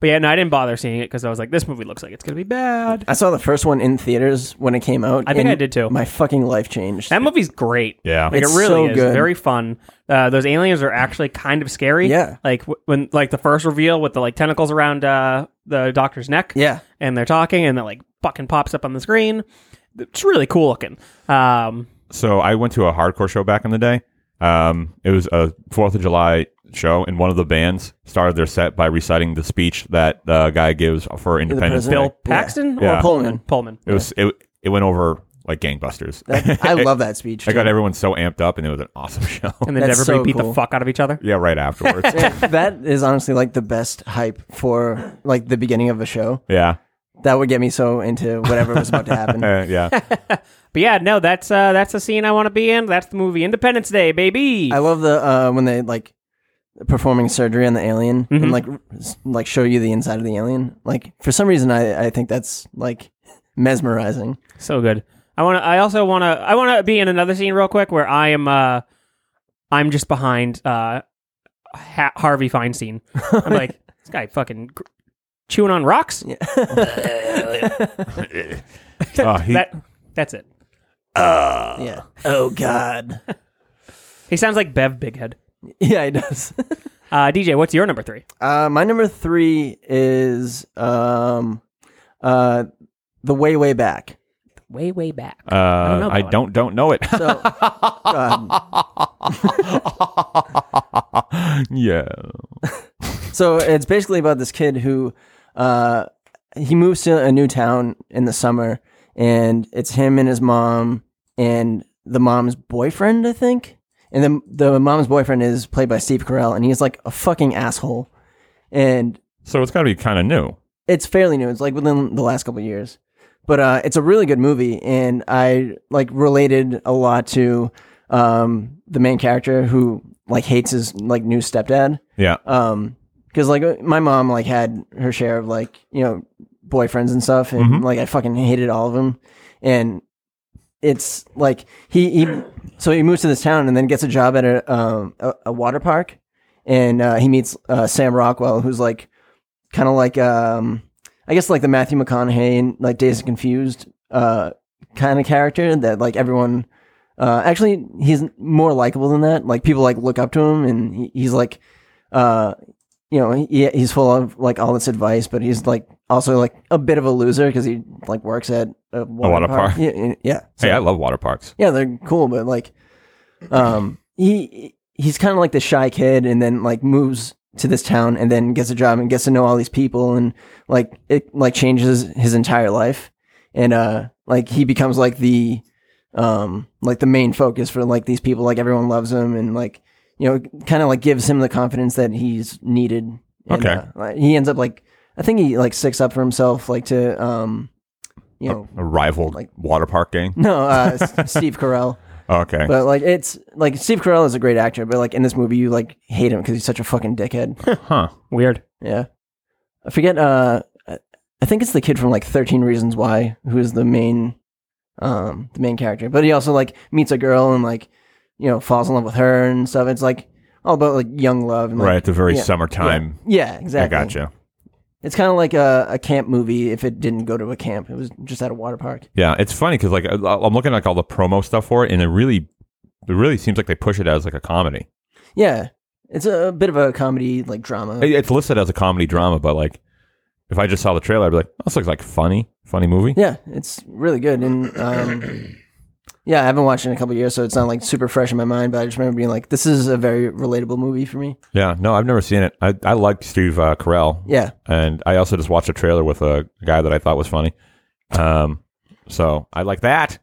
S2: But yeah, no, I didn't bother seeing it because I was like, this movie looks like it's going to be bad.
S3: I saw the first one in theaters when it came out.
S2: I think
S3: and
S2: I did too.
S3: My fucking life changed.
S2: That movie's great.
S1: Yeah.
S2: Like,
S3: It's
S2: it really
S3: so
S2: is.
S3: good.
S2: Very fun. Uh, those aliens are actually kind of scary.
S3: Yeah.
S2: Like w- when, like the first reveal with the like tentacles around uh, the doctor's neck.
S3: yeah.
S2: And they're talking and that like fucking pops up on the screen. It's really cool looking. Um,
S1: so I went to a hardcore show back in the day. Um, it was a Fourth of July show, and one of the bands started their set by reciting the speech that the guy gives for Independence
S3: president.
S1: Day.
S2: Bill Paxton or
S1: Yeah.
S2: Pullman? Pullman.
S1: It was it, it went over like gangbusters.
S2: <laughs>
S3: That, I love that speech.
S1: <laughs> I got
S3: too.
S1: everyone so amped up, and it was an awesome <laughs> show.
S2: And then
S3: That's
S2: everybody
S3: so
S2: beat the
S3: cool.
S2: fuck out of each other.
S1: yeah, right afterwards.
S3: that is honestly like the best hype for like the beginning of a show.
S1: yeah,
S3: That would get me so into whatever was about to
S1: <laughs>
S3: happen.
S1: Uh, yeah.
S2: But yeah, no, that's uh, that's the scene I want to be in. That's the movie Independence Day, baby.
S3: I love the uh, when they like performing surgery on the alien and like r- s- like show you the inside of the alien. Like for some reason, I I think that's like mesmerizing.
S2: So good. I want to. I also want to. I want to be in another scene real quick where I am. Uh, I'm just behind uh, ha- Harvey Feinstein. I'm
S3: <laughs>
S2: like this guy fucking gr- chewing on rocks.
S1: <laughs> Uh, he-
S2: That that's it.
S3: yeah. Oh God.
S2: He sounds like Bev Bighead.
S3: <laughs> yeah, it does. <laughs>
S2: Uh, DJ, what's your number three?
S3: Uh, my number three is um, uh, the way way back.
S2: Way way back.
S1: uh, I
S2: don't know
S1: don't
S2: that
S1: I
S2: one.
S1: don't, know it. <laughs>
S3: So um,
S1: yeah,
S3: so it's basically about this kid who uh, he moves to a new town in the summer, and it's him and his mom and the mom's boyfriend, I think. And then the mom's boyfriend is played by Steve Carell, and he's like a fucking asshole. And
S1: so it's got to be kind of new.
S3: it's fairly new. It's like within the last couple of years, but uh, it's a really good movie, and I like related a lot to um, the main character who like hates his like new stepdad.
S1: Yeah,
S3: Um, because like uh, my mom like had her share of like you know boyfriends and stuff, and like I fucking hated all of them, and it's like he, he so he moves to this town and then gets a job at a um, a, a water park, and uh, he meets uh, Sam Rockwell, who's like kind of like um, I guess like the Matthew McConaughey and like Days and Confused uh, kind of character that like everyone. Uh, actually, he's more likable than that. Like people like look up to him, and he, he's like, uh, you know, he, he's full of like all this advice, but he's like also like a bit of a loser because he like works at a water,
S1: water park.
S3: Yeah, yeah. So-
S1: Hey, I love water parks.
S3: yeah, they're cool, but like, um, he he's kind of like the shy kid, and then like moves to this town, and then gets a job and gets to know all these people, and like it like changes his entire life, and uh, like he becomes like the um like the main focus for like these people, like everyone loves him, and like you know, kind of like gives him the confidence that he's needed. And,
S1: Okay.
S3: uh, he ends up like I think he like sticks up for himself, like to um, you know.
S1: A rival
S3: Like-
S1: water park gang.
S3: No, uh,
S1: <laughs>
S3: S- Steve Carell.
S1: Okay.
S3: But like it's like Steve Carell is a great actor, but like in this movie you like hate him because he's such a
S1: <laughs>
S3: fucking dickhead.
S1: <laughs> huh.
S2: Weird.
S3: yeah, I forget. Uh, I I think it's the kid from like Thirteen Reasons Why who is the main, um, the main character. But he also like meets a girl and like you know falls in love with her and stuff. It's like all about like young love. And, like,
S1: right at the very
S3: yeah,
S1: summertime.
S3: Yeah,
S1: I
S3: exactly.
S1: gotcha.
S3: It's kind of like a, a camp movie if it didn't go to a camp. It was just at a water park.
S1: Yeah, it's funny because like I- I'm looking at like all the promo stuff for it, and it really, it really seems like they push it as like a comedy.
S3: Yeah, it's a, bit of a comedy like drama.
S1: It- It's listed as a comedy drama, but like if I just saw the trailer, I'd be like, "This looks like funny, funny movie."
S3: Yeah, it's really good, and um, <clears throat> yeah, I haven't watched it in a couple of years, so it's not like super fresh in my mind. But I just remember being like, "This is a very relatable movie for me."
S1: Yeah, no, I've never seen it. I I like Steve uh, Carell,
S3: Yeah,
S1: and I also just watched a trailer with a guy that I thought was funny. Um, so I like that.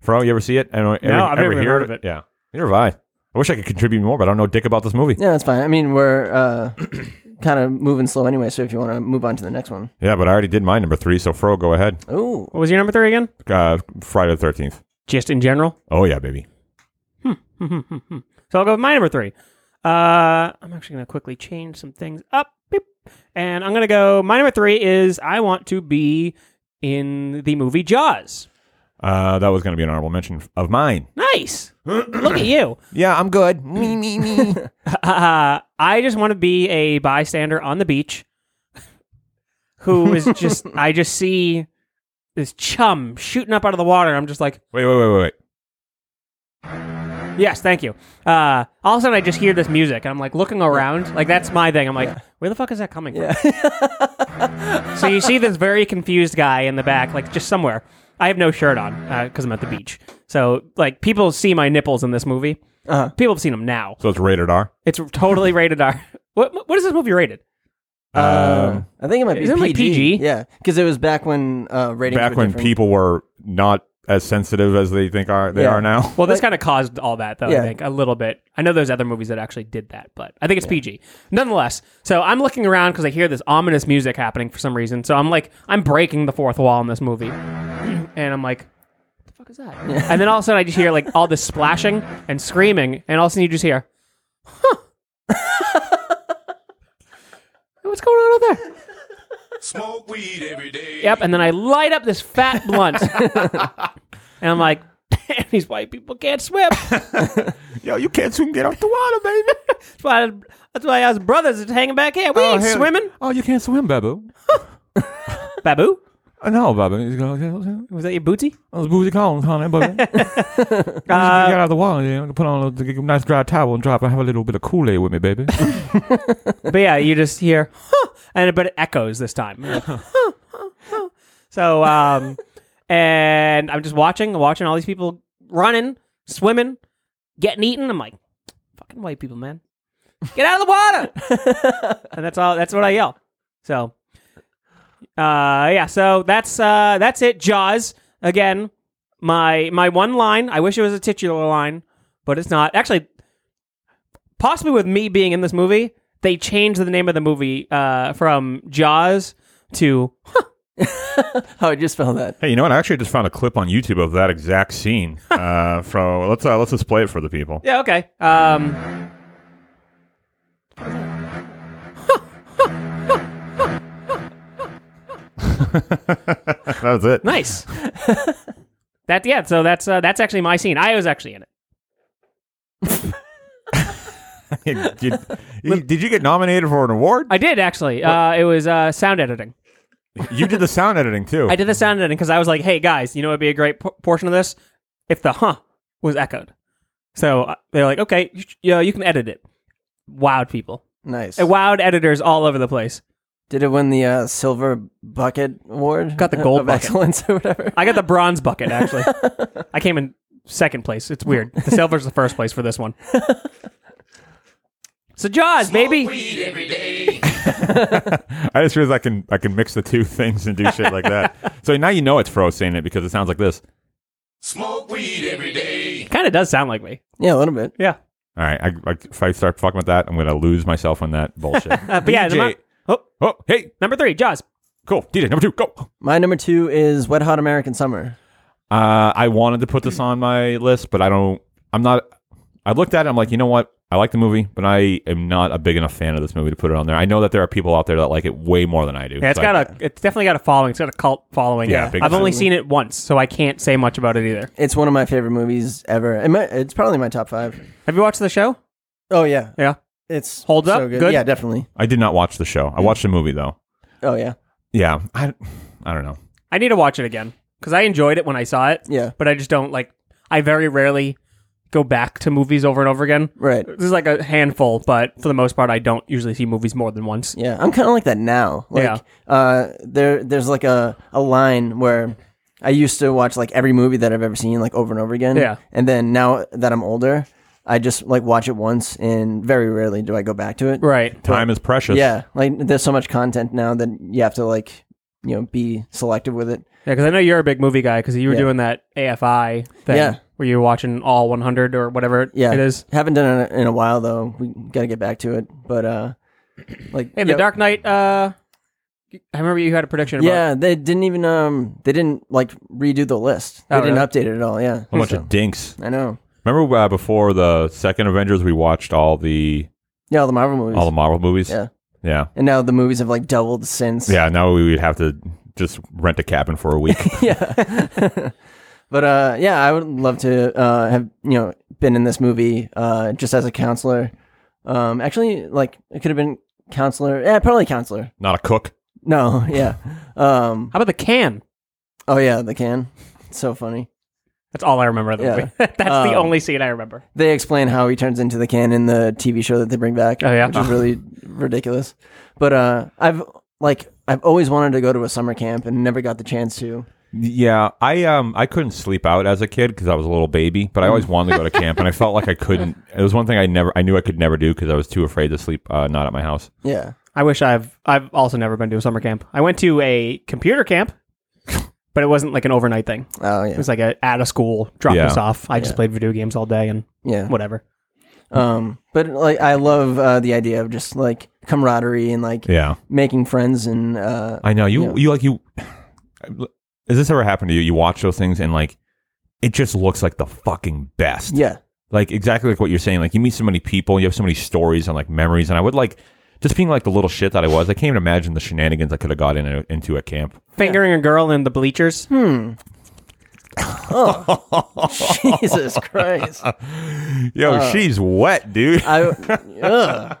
S1: Fro, you ever see it? I don't,
S2: No, I've never even heard of it.
S1: Yeah, neither have I. I wish I could contribute more, but I don't know dick about this movie.
S3: yeah, that's fine. I mean, we're uh,
S1: <clears throat>
S3: kind of moving slow anyway, so if you want to move on to the next one,
S1: Yeah, but I already did my number three, so Fro, go ahead.
S3: oh,
S2: What was your number three again?
S1: Uh, Friday the Thirteenth.
S2: Just in general.
S1: Oh yeah, baby.
S2: <laughs> So I'll go with my number three. Uh, I'm actually going to quickly change some things up. Beep. And I'm going to go. My number three is I want to be in the movie Jaws.
S1: Uh, that was going to be an honorable mention of mine.
S2: <clears throat> Nice. Look at you.
S1: Yeah, I'm good. Me, me, me.
S2: Uh, I just want to be a bystander on the beach who is <laughs> just, I just see this chum shooting up out of the water. I'm just like,
S1: wait, wait, wait, wait, wait.
S2: Yes, thank you. Uh, all of a sudden, I just hear this music, and I'm like looking around. Like that's my thing. I'm like, where the fuck is that coming from? so you see this very confused guy in the back, like just somewhere. I have no shirt on because I'm at the beach. So like people see my nipples in this movie.
S3: Uh-huh.
S2: People have seen them now.
S1: So it's rated R.
S2: It's totally rated R. What what is this movie rated?
S1: Um,
S3: Uh, I think it might be
S2: Isn't uh, it,
S3: PG.
S2: like, PG?
S3: Yeah, because it was back when uh, ratings
S1: back
S3: were
S1: when
S3: different.
S1: people were not as sensitive as they think are they
S3: Yeah.
S1: are now.
S2: Well, this kind of caused all that, though. I
S3: Yeah.
S2: think a little bit. I know there's other movies that actually did that, but I think it's PG nonetheless. So I'm looking around because I hear this ominous music happening for some reason. So I'm like, I'm breaking the fourth wall in this movie, <clears throat> and I'm like, what the fuck is that? and then all of a sudden I just hear like all this splashing and screaming, and all of a sudden you just hear, huh? What's going on out there?
S4: Smoke weed every day.
S2: Yep. And then I light up this fat blunt. and I'm like, <laughs> damn, these white people can't swim. that's,
S1: Yo, you can't swim. <laughs> Get off the water, baby.
S2: why, that's why us brothers is hanging back here. We ain't swimming.
S1: Oh, you can't swim, Babu.
S2: Babu,
S1: Uh, no, Babu. He's going.
S2: was that your booty?
S1: I was boozy calling, calling Babu. Get out of the water. Yeah, put on a, little- a nice dry towel and drop. I have a little bit of Kool Aid with me, baby.
S2: But yeah, you just hear, huh, and but it echoes this time. You're like, huh, huh, huh. so, um, and I'm just watching, watching all these people running, swimming, getting eaten. I'm like, fucking white people, man, get out of the water! and that's all. That's what I yell. So, uh, yeah. So that's uh, that's it. Jaws again. My my one line. I wish it was a titular line, but it's not. Actually, possibly with me being in this movie, they changed the name of the movie uh, from Jaws to
S3: How would you spell that?
S1: <laughs> hey, you know what? I actually just found a clip on YouTube of that exact <laughs> scene. uh, from let's uh, let's just play it for the people.
S2: yeah okay. Um,
S1: That was it. <laughs>
S2: nice. <laughs> That yeah. So that's uh, that's actually my scene. I was actually in it.
S1: did, you- did you get nominated for an award?
S2: I did actually. Uh, it was uh, sound editing.
S1: you did the sound editing too.
S2: I did the sound editing because I was like, hey guys, you know, it'd be a great por- portion of this if the huh was echoed. So uh, they're like, okay, you, sh- yeah, you can edit it. Wowed people.
S3: Nice.
S2: It wowed editors all over the place.
S3: Did it win the uh, silver bucket award?
S2: Got the gold
S3: of
S2: bucket.
S3: excellence or whatever. <laughs>
S2: I got the bronze bucket actually. I came in second place. It's weird. The silver's the first place for this one. So Jaws, baby.
S4: Weed every day.
S1: I just realized I can I can mix the two <laughs> things and do shit like <laughs> that. So now you know it's Fro saying it because it sounds like this.
S4: Smoke weed every day.
S2: Kind of does sound like me.
S3: Yeah, a little bit.
S2: Yeah.
S1: All right, I, I, if I start fucking with that, I'm gonna lose myself on that <laughs> bullshit.
S2: But yeah, the
S1: DJ.
S2: mon- oh,
S1: oh, hey,
S2: number three, Jaws.
S1: cool. DJ number two, go.
S3: My number two is Wet Hot American Summer.
S1: Uh, I wanted to put this on my list, but I don't. I'm not. I looked at it. I'm like, you know what? I like the movie, but I am not a big enough fan of this movie to put it on there. I know that there are people out there that like it way more than I do.
S2: Yeah, it's
S1: So
S2: got
S1: I-
S2: a. It's definitely got a following. It's got a cult following.
S1: Yeah, big
S2: I've only
S1: time.
S2: seen it once, so I can't say much about it either.
S3: It's one of my favorite movies ever. It might, it's probably my top five.
S2: Have you watched the show?
S3: Oh yeah,
S2: Yeah.
S3: it's
S2: Holds
S3: so
S2: up? Good?
S3: Yeah, definitely.
S1: I did not watch the show. I watched the movie though.
S3: Oh yeah,
S1: Yeah, I. I don't know.
S2: I need to watch it again because I enjoyed it when I saw it.
S3: Yeah.
S2: But I just don't like. I very rarely go back to movies over and over again.
S3: right.
S2: This is like a handful, but for the most part, I don't usually see movies more than once.
S3: Yeah, I'm kind of like that now. Like,
S2: Yeah.
S3: Uh, there, there's like a, a line where I used to watch like every movie that I've ever seen like over and over again.
S2: Yeah.
S3: And then now that I'm older, I just like watch it once, and very rarely do I go back to it.
S2: Right.
S1: Time is precious.
S3: Yeah. Like, there's so much content now that you have to like, you know, be selective with it.
S2: Yeah, because I know you're a big movie guy because you were
S3: Yeah.
S2: doing that AFI thing
S3: Yeah.
S2: where you were watching all 100 or whatever
S3: Yeah.
S2: it is.
S3: Haven't done it in a while though. We gotta get back to it. But uh, like
S2: Hey, The
S3: yeah,
S2: Dark Knight, uh, I remember you had a prediction about
S3: Yeah, they didn't even um, they didn't like redo the list. They
S2: Oh,
S3: didn't
S2: really?
S3: update it at all. Yeah.
S1: A bunch
S3: So,
S1: of dinks.
S3: I know.
S1: Remember uh, before the second Avengers, we watched all the
S3: Yeah, all the Marvel movies.
S1: all the Marvel movies.
S3: Yeah.
S1: Yeah.
S3: And now the movies have like doubled since.
S1: Yeah. Now we would have to just rent a cabin for a week.
S3: <laughs> yeah. but uh, yeah, I would love to uh, have you know been in this movie uh, just as a counselor. Um, actually, like it could have been counselor. Yeah, probably counselor.
S1: not a cook.
S3: No, <laughs> yeah. Um,
S2: How about The Can?
S3: oh yeah, the can. It's so funny.
S2: That's all I remember of the
S3: Yeah.
S2: movie. <laughs> That's the
S3: Um,
S2: only scene I remember.
S3: They explain how he turns into the can in the TV show that they bring back.
S2: Oh, yeah?
S3: which is really ridiculous. But uh, I've like I've always wanted to go to a summer camp and never got the chance to.
S1: Yeah, I um I couldn't sleep out as a kid because I was a little baby, but I
S3: Mm.
S1: always wanted to go to camp, and I felt like I
S3: <laughs>
S1: couldn't. It was one thing I never I knew I could never do because I was too afraid to sleep uh, not at my house.
S3: Yeah.
S2: I wish I've I've also never been to a summer camp. I went to a computer camp, but it wasn't like an overnight thing.
S3: Oh
S2: It
S3: yeah.
S2: was like a out of school, drop
S1: Yeah.
S2: us off. I just
S3: Yeah.
S2: played video games all day and
S3: Yeah.
S2: whatever.
S3: Um, but like I love uh, the idea of just like camaraderie and like
S1: Yeah,
S3: making friends and uh,
S1: I know you.
S3: Yeah.
S1: You like you. <sighs> Has this ever happened to you? You watch those things and like, it just looks like the fucking best.
S3: yeah, <laughs>
S1: like exactly like what you're saying. Like you meet so many people, you have so many stories and like memories, and I would like just being like the little shit that I was. I can't even imagine the shenanigans I could have got in a, into at camp.
S2: Fingering a girl in the bleachers.
S3: Jesus Christ,
S1: Yo,
S3: Uh.
S1: she's wet, dude. <laughs>
S3: I ugh.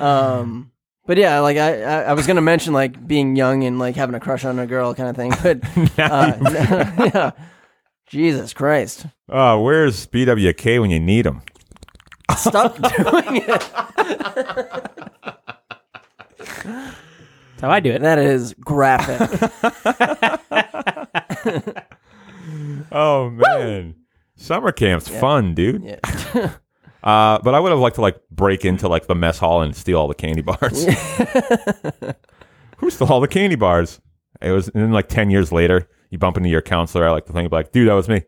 S3: um, but yeah, like I, I I was gonna mention like being young and like having a crush on a girl kind of thing, <laughs> but uh, yeah, Jesus Christ,
S1: Uh, where's BWK when you need him?
S3: stop <laughs> doing it.
S2: That's how I do it.
S3: That is graphic.
S1: Oh man, summer camp's fun, dude.
S3: Yeah.
S1: Uh, but I would have liked to like break into like the mess hall and steal all the
S3: <laughs>
S1: candy bars. Who stole all the candy bars? It was, and then like ten years later, you bump into your counselor. I like to think like, dude, that was me.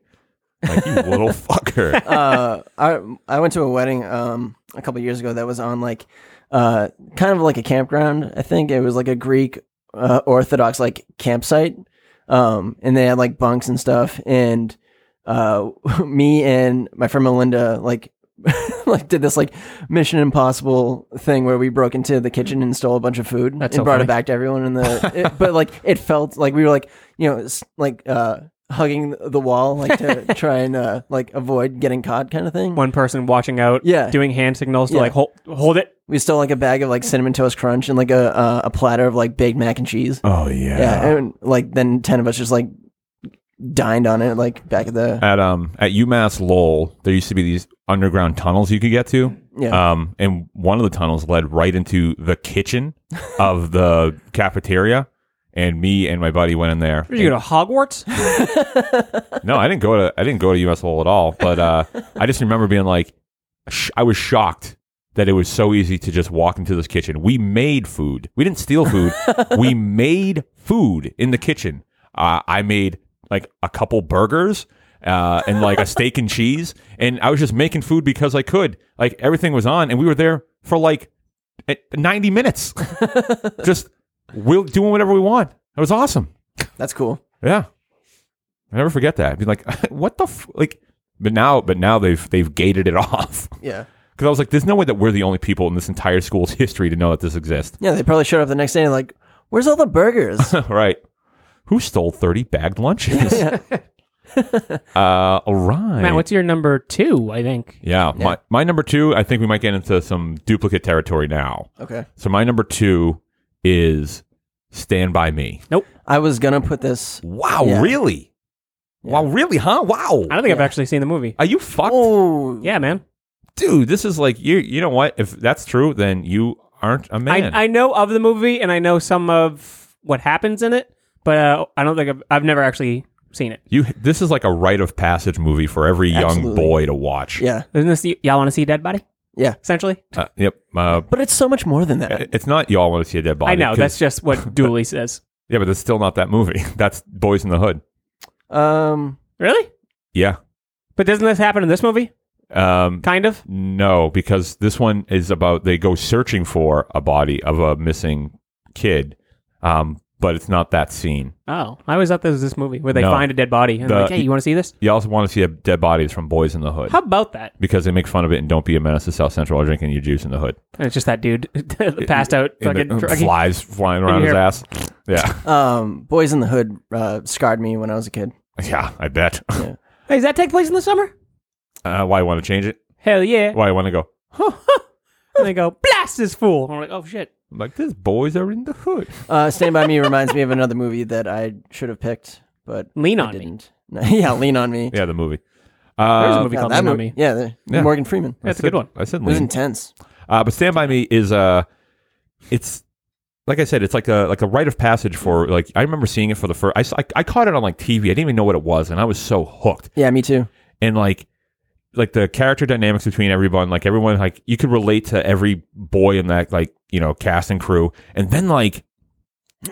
S1: Like
S3: <laughs>
S1: you little fucker.
S3: uh, I I went to a wedding um a couple years ago that was on like uh kind of like a campground. I think it was like a Greek uh, Orthodox like campsite. Um, and they had like bunks and stuff. And uh, <laughs> me and my friend Melinda like <laughs> like did this like Mission Impossible thing where we broke into the kitchen and stole a bunch of food
S2: That's
S3: and
S2: so
S3: brought
S2: funny.
S3: it back to everyone in the. it- but like it felt like we were like you know s- like uh hugging the wall, like to try and uh, like avoid getting caught, kind of thing.
S2: One person watching out,
S3: Yeah.
S2: doing hand signals to
S3: Yeah.
S2: like hold, hold it.
S3: We stole like a bag of like cinnamon toast crunch and like a uh, a platter of like baked mac and cheese.
S1: Oh yeah.
S3: Yeah, and like then ten of us just like dined on it, like back at the
S1: At um at UMass Lowell, there used to be these underground tunnels you could get to.
S3: yeah.
S1: Um, and one of the tunnels led right into the kitchen of
S3: <laughs>
S1: the cafeteria. And me and my buddy went in there.
S2: Did you go to Hogwarts?
S1: No, I didn't go to I didn't go to US Lowell at all. But uh, I just remember being like, sh- I was shocked that it was so easy to just walk into this kitchen. We made food. We didn't steal food. we made food in the kitchen. Uh, I made like a couple burgers. Uh, and like a steak and cheese, and I was just making food because I could. Like everything was on, and we were there for like eh, ninety minutes, just we'll doing whatever we want. It was awesome.
S3: That's cool.
S1: Yeah, I never forget that. I'd be like, <laughs> "What the f-? like?" But now, but now they've they've gated it <laughs> off
S3: Yeah,
S1: because I was like, "There's no way that we're the only people in this entire school's <laughs> history to know that this exists." <laughs>
S3: yeah. They probably showed up the next day and like, where's all the burgers?
S1: right? Who stole thirty bagged lunches? <laughs> uh, all right.
S2: <laughs> Matt, what's your number two? I think.
S1: yeah, My, my number two. I think we might get into some duplicate territory now.
S3: okay.
S1: So my number two is "Stand by Me."
S3: I was gonna put this.
S1: Wow,
S3: Yeah.
S1: really? Wow, really? Huh? Wow.
S2: I don't think I've actually seen the movie.
S1: Are you fucked?
S3: Oh,
S2: Yeah, man.
S1: dude, this is like you. You know what? If that's true, then you aren't a man.
S2: I, I know of the movie and I know some of what happens in it, but uh, I don't think I've, I've never actually seen it.
S1: you. This is like a rite of passage movie for every young
S3: Absolutely.
S1: boy to watch.
S3: yeah,
S2: Isn't this the, y'all want to see a dead body?
S3: Yeah.
S2: essentially.
S1: Uh, yep. Uh,
S3: but it's so much more than that.
S1: it's not y'all want to see a dead body.
S2: I know
S1: 'cause-
S2: that's just <laughs> what Dooley says.
S1: yeah, but that's still not that movie. <laughs> that's Boys in the Hood.
S3: Um,
S2: Really?
S1: Yeah.
S2: But doesn't this happen in this movie?
S1: Um,
S2: Kind of.
S1: no, because this one is about they go searching for a body of a missing kid, um, but it's not that scene.
S2: Oh, I always thought this was this movie where they
S1: No.
S2: find a dead body and
S1: The-
S2: like, hey, you want to see this?
S1: You also want to see a dead body is from Boys in the Hood
S2: How about that?
S1: because they make fun of it and don't be a menace to South Central while drinking your juice in the hood.
S2: And it's just that dude <laughs> passed out,
S1: in
S2: fucking
S1: the-
S2: druggy.
S1: flies flying around his
S2: here.
S1: ass. <laughs> Yeah,
S3: um, Boys in the Hood uh, scarred me when I was a kid.
S1: yeah, I bet. <laughs>
S2: Hey, does that take place in the summer?
S1: Uh, why want to change it?
S2: Hell yeah!
S1: Why want to go?
S2: And they go blast this fool. I'm like, oh shit.
S1: I'm like this boys are in the hood.
S3: Uh, Stand by
S2: <laughs>
S3: Me reminds me of another movie that I should have picked, but
S2: Lean
S3: I
S2: on me.
S3: didn't. <laughs> yeah, Lean on Me.
S1: Yeah, the movie.
S2: There's a
S1: Uh,
S2: movie
S3: Yeah,
S2: called
S3: that
S2: Lean on
S3: mo-
S2: Me.
S3: Yeah, the,
S1: Yeah.
S3: Morgan Freeman.
S1: I
S2: That's a
S1: said-
S2: good one.
S1: I said
S3: It was
S1: Lean.
S3: intense.
S1: Uh, but Stand by Me is uh it's like I said, it's like a like a rite of passage for like I remember seeing it for the first. I, s- I I caught it on like TV. I didn't even know what it was, and I was so hooked.
S3: Yeah, me too.
S1: and like like the character dynamics between everyone like everyone like you could relate to every boy in that like you know cast and crew and then like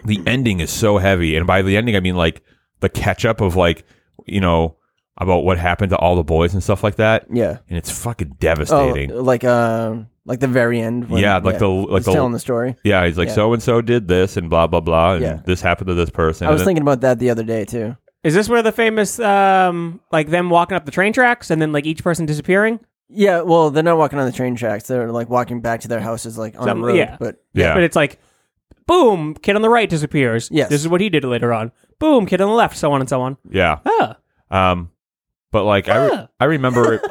S1: the ending is so heavy and by the ending i mean like the catch up of like you know about what happened to all the boys and stuff like that
S3: Yeah.
S1: and it's fucking
S3: Oh,
S1: devastating
S3: like uh, like the very end. when-
S1: yeah like the like
S3: he's
S1: the
S3: telling the story.
S1: yeah he's like
S3: yeah.
S1: so and so did this and blah blah blah and
S3: Yeah.
S1: this happened to this person
S3: I was
S1: and
S3: thinking about that the other day too.
S2: Is this where the famous um like them walking up the train tracks and then like each person disappearing?
S3: Yeah, well, they're not walking on the train tracks. They're like walking back to their houses, like on
S2: Some-
S3: the road.
S2: yeah.
S3: But
S1: yeah
S2: But it's like, boom, kid on the right disappears.
S3: Yes.
S2: This is what he did later on. Boom, kid on the left, so on and so on.
S1: yeah
S2: Oh,
S1: Um, but like I, re- I remember,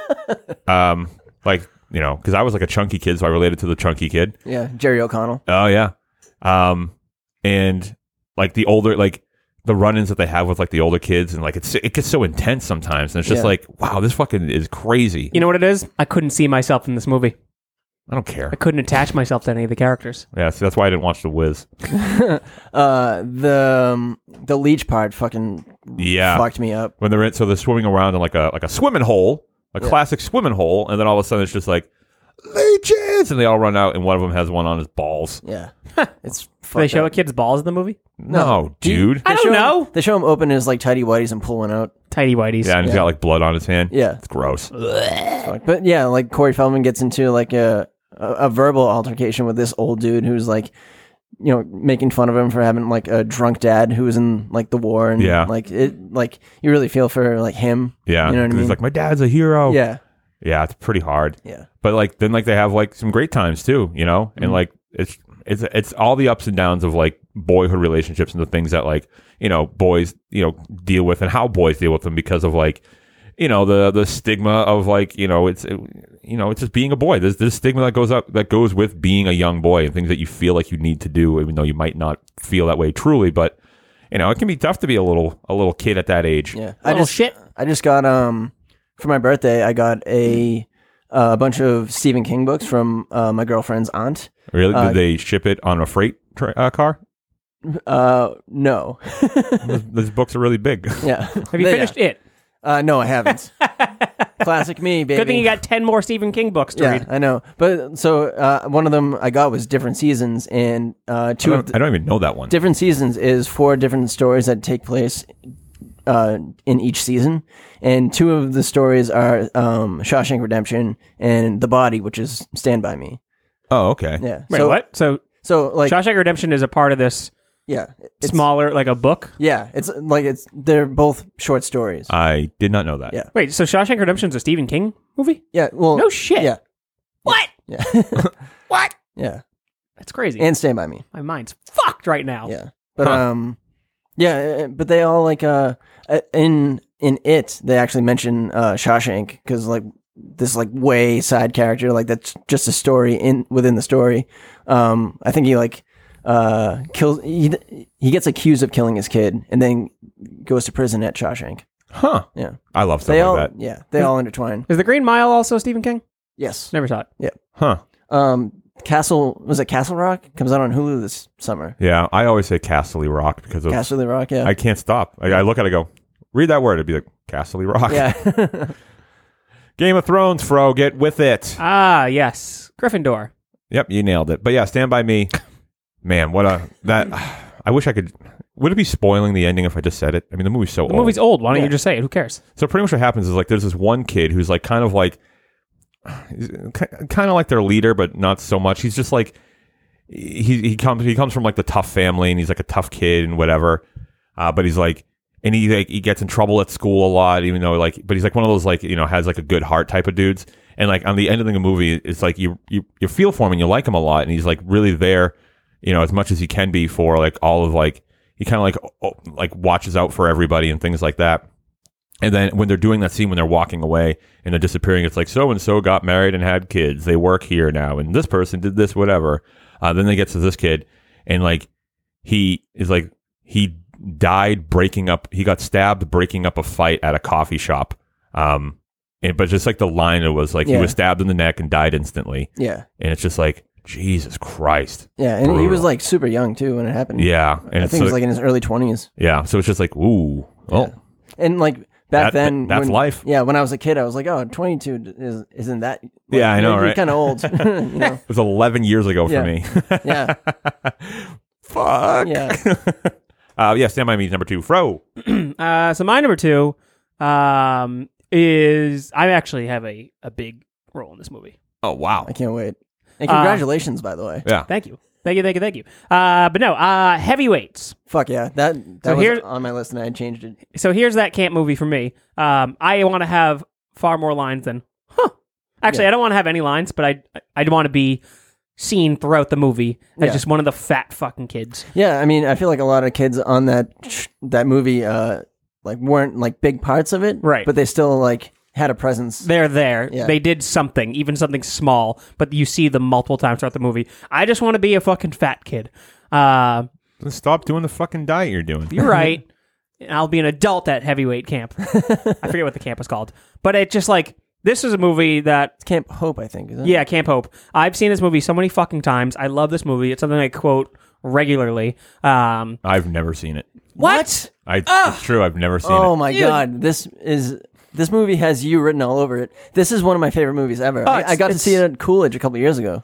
S1: um, like you know, because I was like a chunky kid, so I related to the chunky kid.
S3: yeah, Jerry O'Connell.
S1: Oh yeah, um, and like the older, like the run-ins that they have with like the older kids, and like it's it gets so intense sometimes, and it's just
S3: Yeah.
S1: like, wow, this fucking is crazy.
S2: you know what it is? I couldn't see myself in this movie.
S1: I don't care.
S2: I couldn't attach myself to any of the characters.
S1: Yeah, so that's why I didn't watch The Wiz.
S3: Uh, the um, the leech part fucking
S1: Yeah,
S3: fucked me up.
S1: when they're in, so they're swimming around in like a like a swimming hole, a classic swimming hole, and then all of a sudden it's just like leeches, and they all run out, and one of them has one on his balls.
S2: <laughs>
S3: Yeah, it's.
S2: Do they
S3: fucked
S2: show a
S3: up.
S2: kid's balls in the movie?
S1: No, dude.
S2: I
S3: They
S2: don't
S3: show him-
S2: know.
S3: they show him open his like tidy whities and pulling out.
S2: Tidy whities.
S1: Yeah, and he's got like blood on his hand.
S3: Yeah,
S1: It's gross.
S2: Eh.
S3: Fuck. But yeah, like Corey Feldman gets into like a, a a verbal altercation with this old dude who's like, you know, making fun of him for having like a drunk dad who was in like the war and
S1: Yeah.
S3: like it like you really feel for like him.
S1: Yeah.
S3: you know what I
S1: 'cause
S3: mean.
S1: He's like, "Oh." my dad's a hero.
S3: yeah,
S1: Yeah, it's pretty hard.
S3: yeah,
S1: But like
S3: Mm-hmm.
S1: then like they have like some great times too, you know? And like it's it's it's all the ups and downs of like boyhood relationships and the things that like you know boys you know deal with and how boys deal with them because of like you know the the stigma of like you know it's it, you know it's just being a boy there's this stigma that goes up that goes with being a young boy and things that you feel like you need to do even though you might not feel that way truly but you know it can be tough to be a little a little kid at that age
S3: Yeah, I
S2: Little Oh,
S3: just
S2: shit.
S3: I just got um for my birthday. I got a uh, a bunch of Stephen King books from uh, my girlfriend's aunt.
S1: really
S3: Uh,
S1: did they ship it on a freight tra- uh, car
S3: Uh, no, <laughs>
S1: those, those books are really big <laughs>
S3: yeah.
S2: Have you finished it?
S3: Uh, no, I haven't.
S2: <laughs>
S3: Classic me, baby.
S2: Good thing you got ten more Stephen King books to
S3: Yeah,
S2: read.
S3: I know. But so uh, one of them I got was different seasons, and uh,
S1: I
S3: two of
S1: don't,
S3: the
S1: I don't even know that one
S3: different seasons is four different stories that take place uh, in each season, and two of the stories are um, Shawshank Redemption and The Body, which is Stand by Me.
S1: oh okay
S3: Yeah.
S2: Wait,
S3: so,
S2: what? So
S3: So like,
S2: Shawshank Redemption is a part of this
S3: yeah, it's,
S2: smaller, like a book.
S3: Yeah, it's like it's they're both short stories.
S2: Uh,
S1: I did not know that
S3: Yeah.
S2: Wait, so Shawshank Redemption's a Stephen King movie?
S3: yeah. Well,
S2: No shit.
S3: Yeah,
S2: What?
S3: yeah, <laughs>
S2: What?
S3: yeah.
S2: That's crazy.
S3: And Stand by Me.
S2: My mind's fucked right now.
S3: Yeah, but
S1: Oh. Huh.
S3: um, yeah, uh, but they all like uh uh, in in it they actually mention uh Shawshank because like this like way side character like that's just a story in within the story. Um, I think he like uh kills he, he gets accused of killing his kid and then goes to prison at Shawshank.
S1: huh
S3: Yeah,
S1: I love stuff
S3: they
S1: like
S3: all
S1: that
S3: yeah they all intertwine.
S2: Is the Green Mile also Stephen King?
S3: Yes.
S2: Never saw it.
S1: huh
S3: Um, Castle was it Castle Rock comes out on Hulu this summer.
S1: yeah I always say Castle Rock because of
S3: Castle Rock, yeah,
S1: I can't stop. I, I look at it, I go, read that word. It'd be like Castle Rock.
S3: yeah.
S1: <laughs>
S3: <laughs>
S1: Game of Thrones, Fro, get with it.
S2: Ah, yes, Gryffindor.
S1: Yep, you nailed it. But yeah, Stand by Me. Man, what a that. <sighs> I wish I could. Would it be spoiling the ending if I just said it? I mean, the movie's so
S2: The
S1: old.
S2: movie's old. Why don't
S3: Yeah.
S2: you just say it? Who cares?
S1: so pretty much what happens is like there's this one kid who's like kind of like kind of like their leader, but not so much. He's just like he he comes he comes from like the tough family, and he's like a tough kid and whatever. Uh, but he's like, and he like he gets in trouble at school a lot, even though like, but he's like one of those like you know has like a good heart type of dudes. And like on the end of the movie, it's like you you you feel for him and you like him a lot, and he's like really there, you know, as much as he can be for like all of like he kind of like oh, like watches out for everybody and things like that. And then when they're doing that scene, when they're walking away and they're disappearing, it's like so and so got married and had kids. They work here now, and this person did this, whatever. Uh, then they get to this kid, and like he is like he died breaking up. He got stabbed breaking up a fight at a coffee shop. Um, and, but just like the line, it was like he
S3: Yeah.
S1: was stabbed in the neck and died instantly.
S3: yeah.
S1: And it's just like Jesus Christ,
S3: Yeah, and he was
S1: Brutal.
S3: like super young too when it happened.
S1: yeah. And
S3: I
S1: it's
S3: think it was
S1: like,
S3: like in his early twenties.
S1: yeah. So it's just like ooh, oh,
S3: And like
S1: That-
S3: back then,
S1: that's
S3: when-
S1: life.
S3: Yeah, when I was a kid, I was like, oh, 22 d- is isn't that? like,
S1: Yeah, I know, right?
S3: Kind of old, <laughs> you
S1: <laughs>
S3: know?
S1: it was eleven years ago for
S3: Yeah.
S1: me. <laughs>
S3: Yeah,
S1: Fuck.
S3: yeah.
S1: <laughs> Uh, yeah, Stand By Me is number two. Fro.
S2: Uh, so my number two um, is I actually have a, a big role in this movie.
S1: Oh, wow.
S3: I can't wait. And
S1: Um,
S2: Uh,
S3: congratulations, by the way.
S1: Yeah.
S2: Thank you, thank you, thank you, thank you. Uh, but no, uh, heavyweights.
S3: Fuck yeah, that that
S2: So
S3: was
S2: here-
S3: on my list, and I changed it.
S2: So here's that camp movie for me. Um, I want to have far more lines than huh. Actually, I don't want to have any lines, but I I'd want to be seen throughout the movie as
S3: Yeah.
S2: just one of the fat fucking kids.
S3: Yeah, I mean, I feel like a lot of kids on that sh- that movie, uh, like weren't like big parts of it,
S2: Right.
S3: But they still like had a presence.
S2: They're there.
S3: Yeah.
S2: They did something, even something small, but you see them multiple times throughout the movie. I just want to be a fucking fat kid. Uh,
S1: Stop doing the fucking diet you're doing.
S2: <laughs> you're right. I'll be an adult at heavyweight <laughs> camp. I forget what the camp is called, but it just like this is a movie that
S3: Camp Hope, I think. Is it?
S2: yeah, Camp Hope. I've seen this movie so many fucking times. I love this movie. It's something I quote regularly. Um,
S1: I've never seen it.
S2: what?
S1: I, It's true. I've never seen
S3: Oh
S1: it.
S3: my god, this is this movie has you written all over it. This is one of my favorite movies ever. I,
S2: Oh, it's-
S3: I got to
S2: it's-
S3: see it at Coolidge a couple years ago.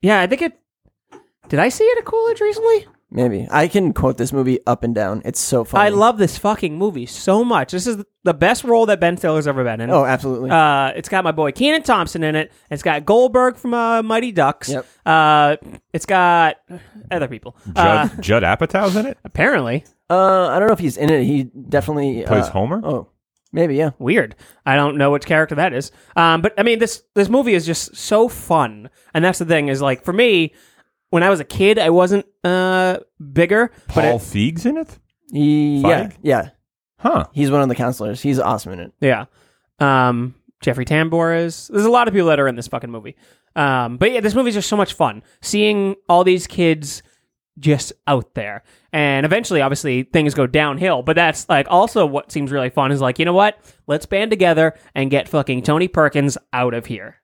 S2: Yeah, I think it. Did I see it at Coolidge recently?
S3: Maybe I can quote this movie up and down. It's so funny.
S2: I love this fucking movie so much. This is the best role that Ben Stiller's ever been in.
S3: Oh, absolutely.
S2: Uh, it's got my boy Keenan Thompson in it. It's got Goldberg from uh, Mighty Ducks.
S3: Yep.
S2: Uh, it's got other people. Uh,
S1: Judd, Judd Apatow's in it?
S2: apparently,
S3: uh, I don't know if he's in it. He definitely
S1: Plays
S3: uh,
S1: Homer?
S3: Oh, maybe yeah.
S2: weird. I don't know which character that is. Um, but I mean, this this movie is just so fun, and that's the thing is like for me. when I was a kid, I wasn't uh, bigger. But
S1: Paul
S2: it-
S1: Feig's in it?
S3: He- yeah,
S1: Feig?
S3: yeah.
S1: Huh.
S3: He's one of the counselors. He's awesome in it.
S2: yeah, um, Jeffrey Tambor is. There's a lot of people that are in this fucking movie. Um, but yeah, this movie's just so much fun. Seeing all these kids just out there, and eventually, obviously, things go downhill. But that's like also what seems really fun is like you know what? Let's band together and get fucking Tony Perkins out of here.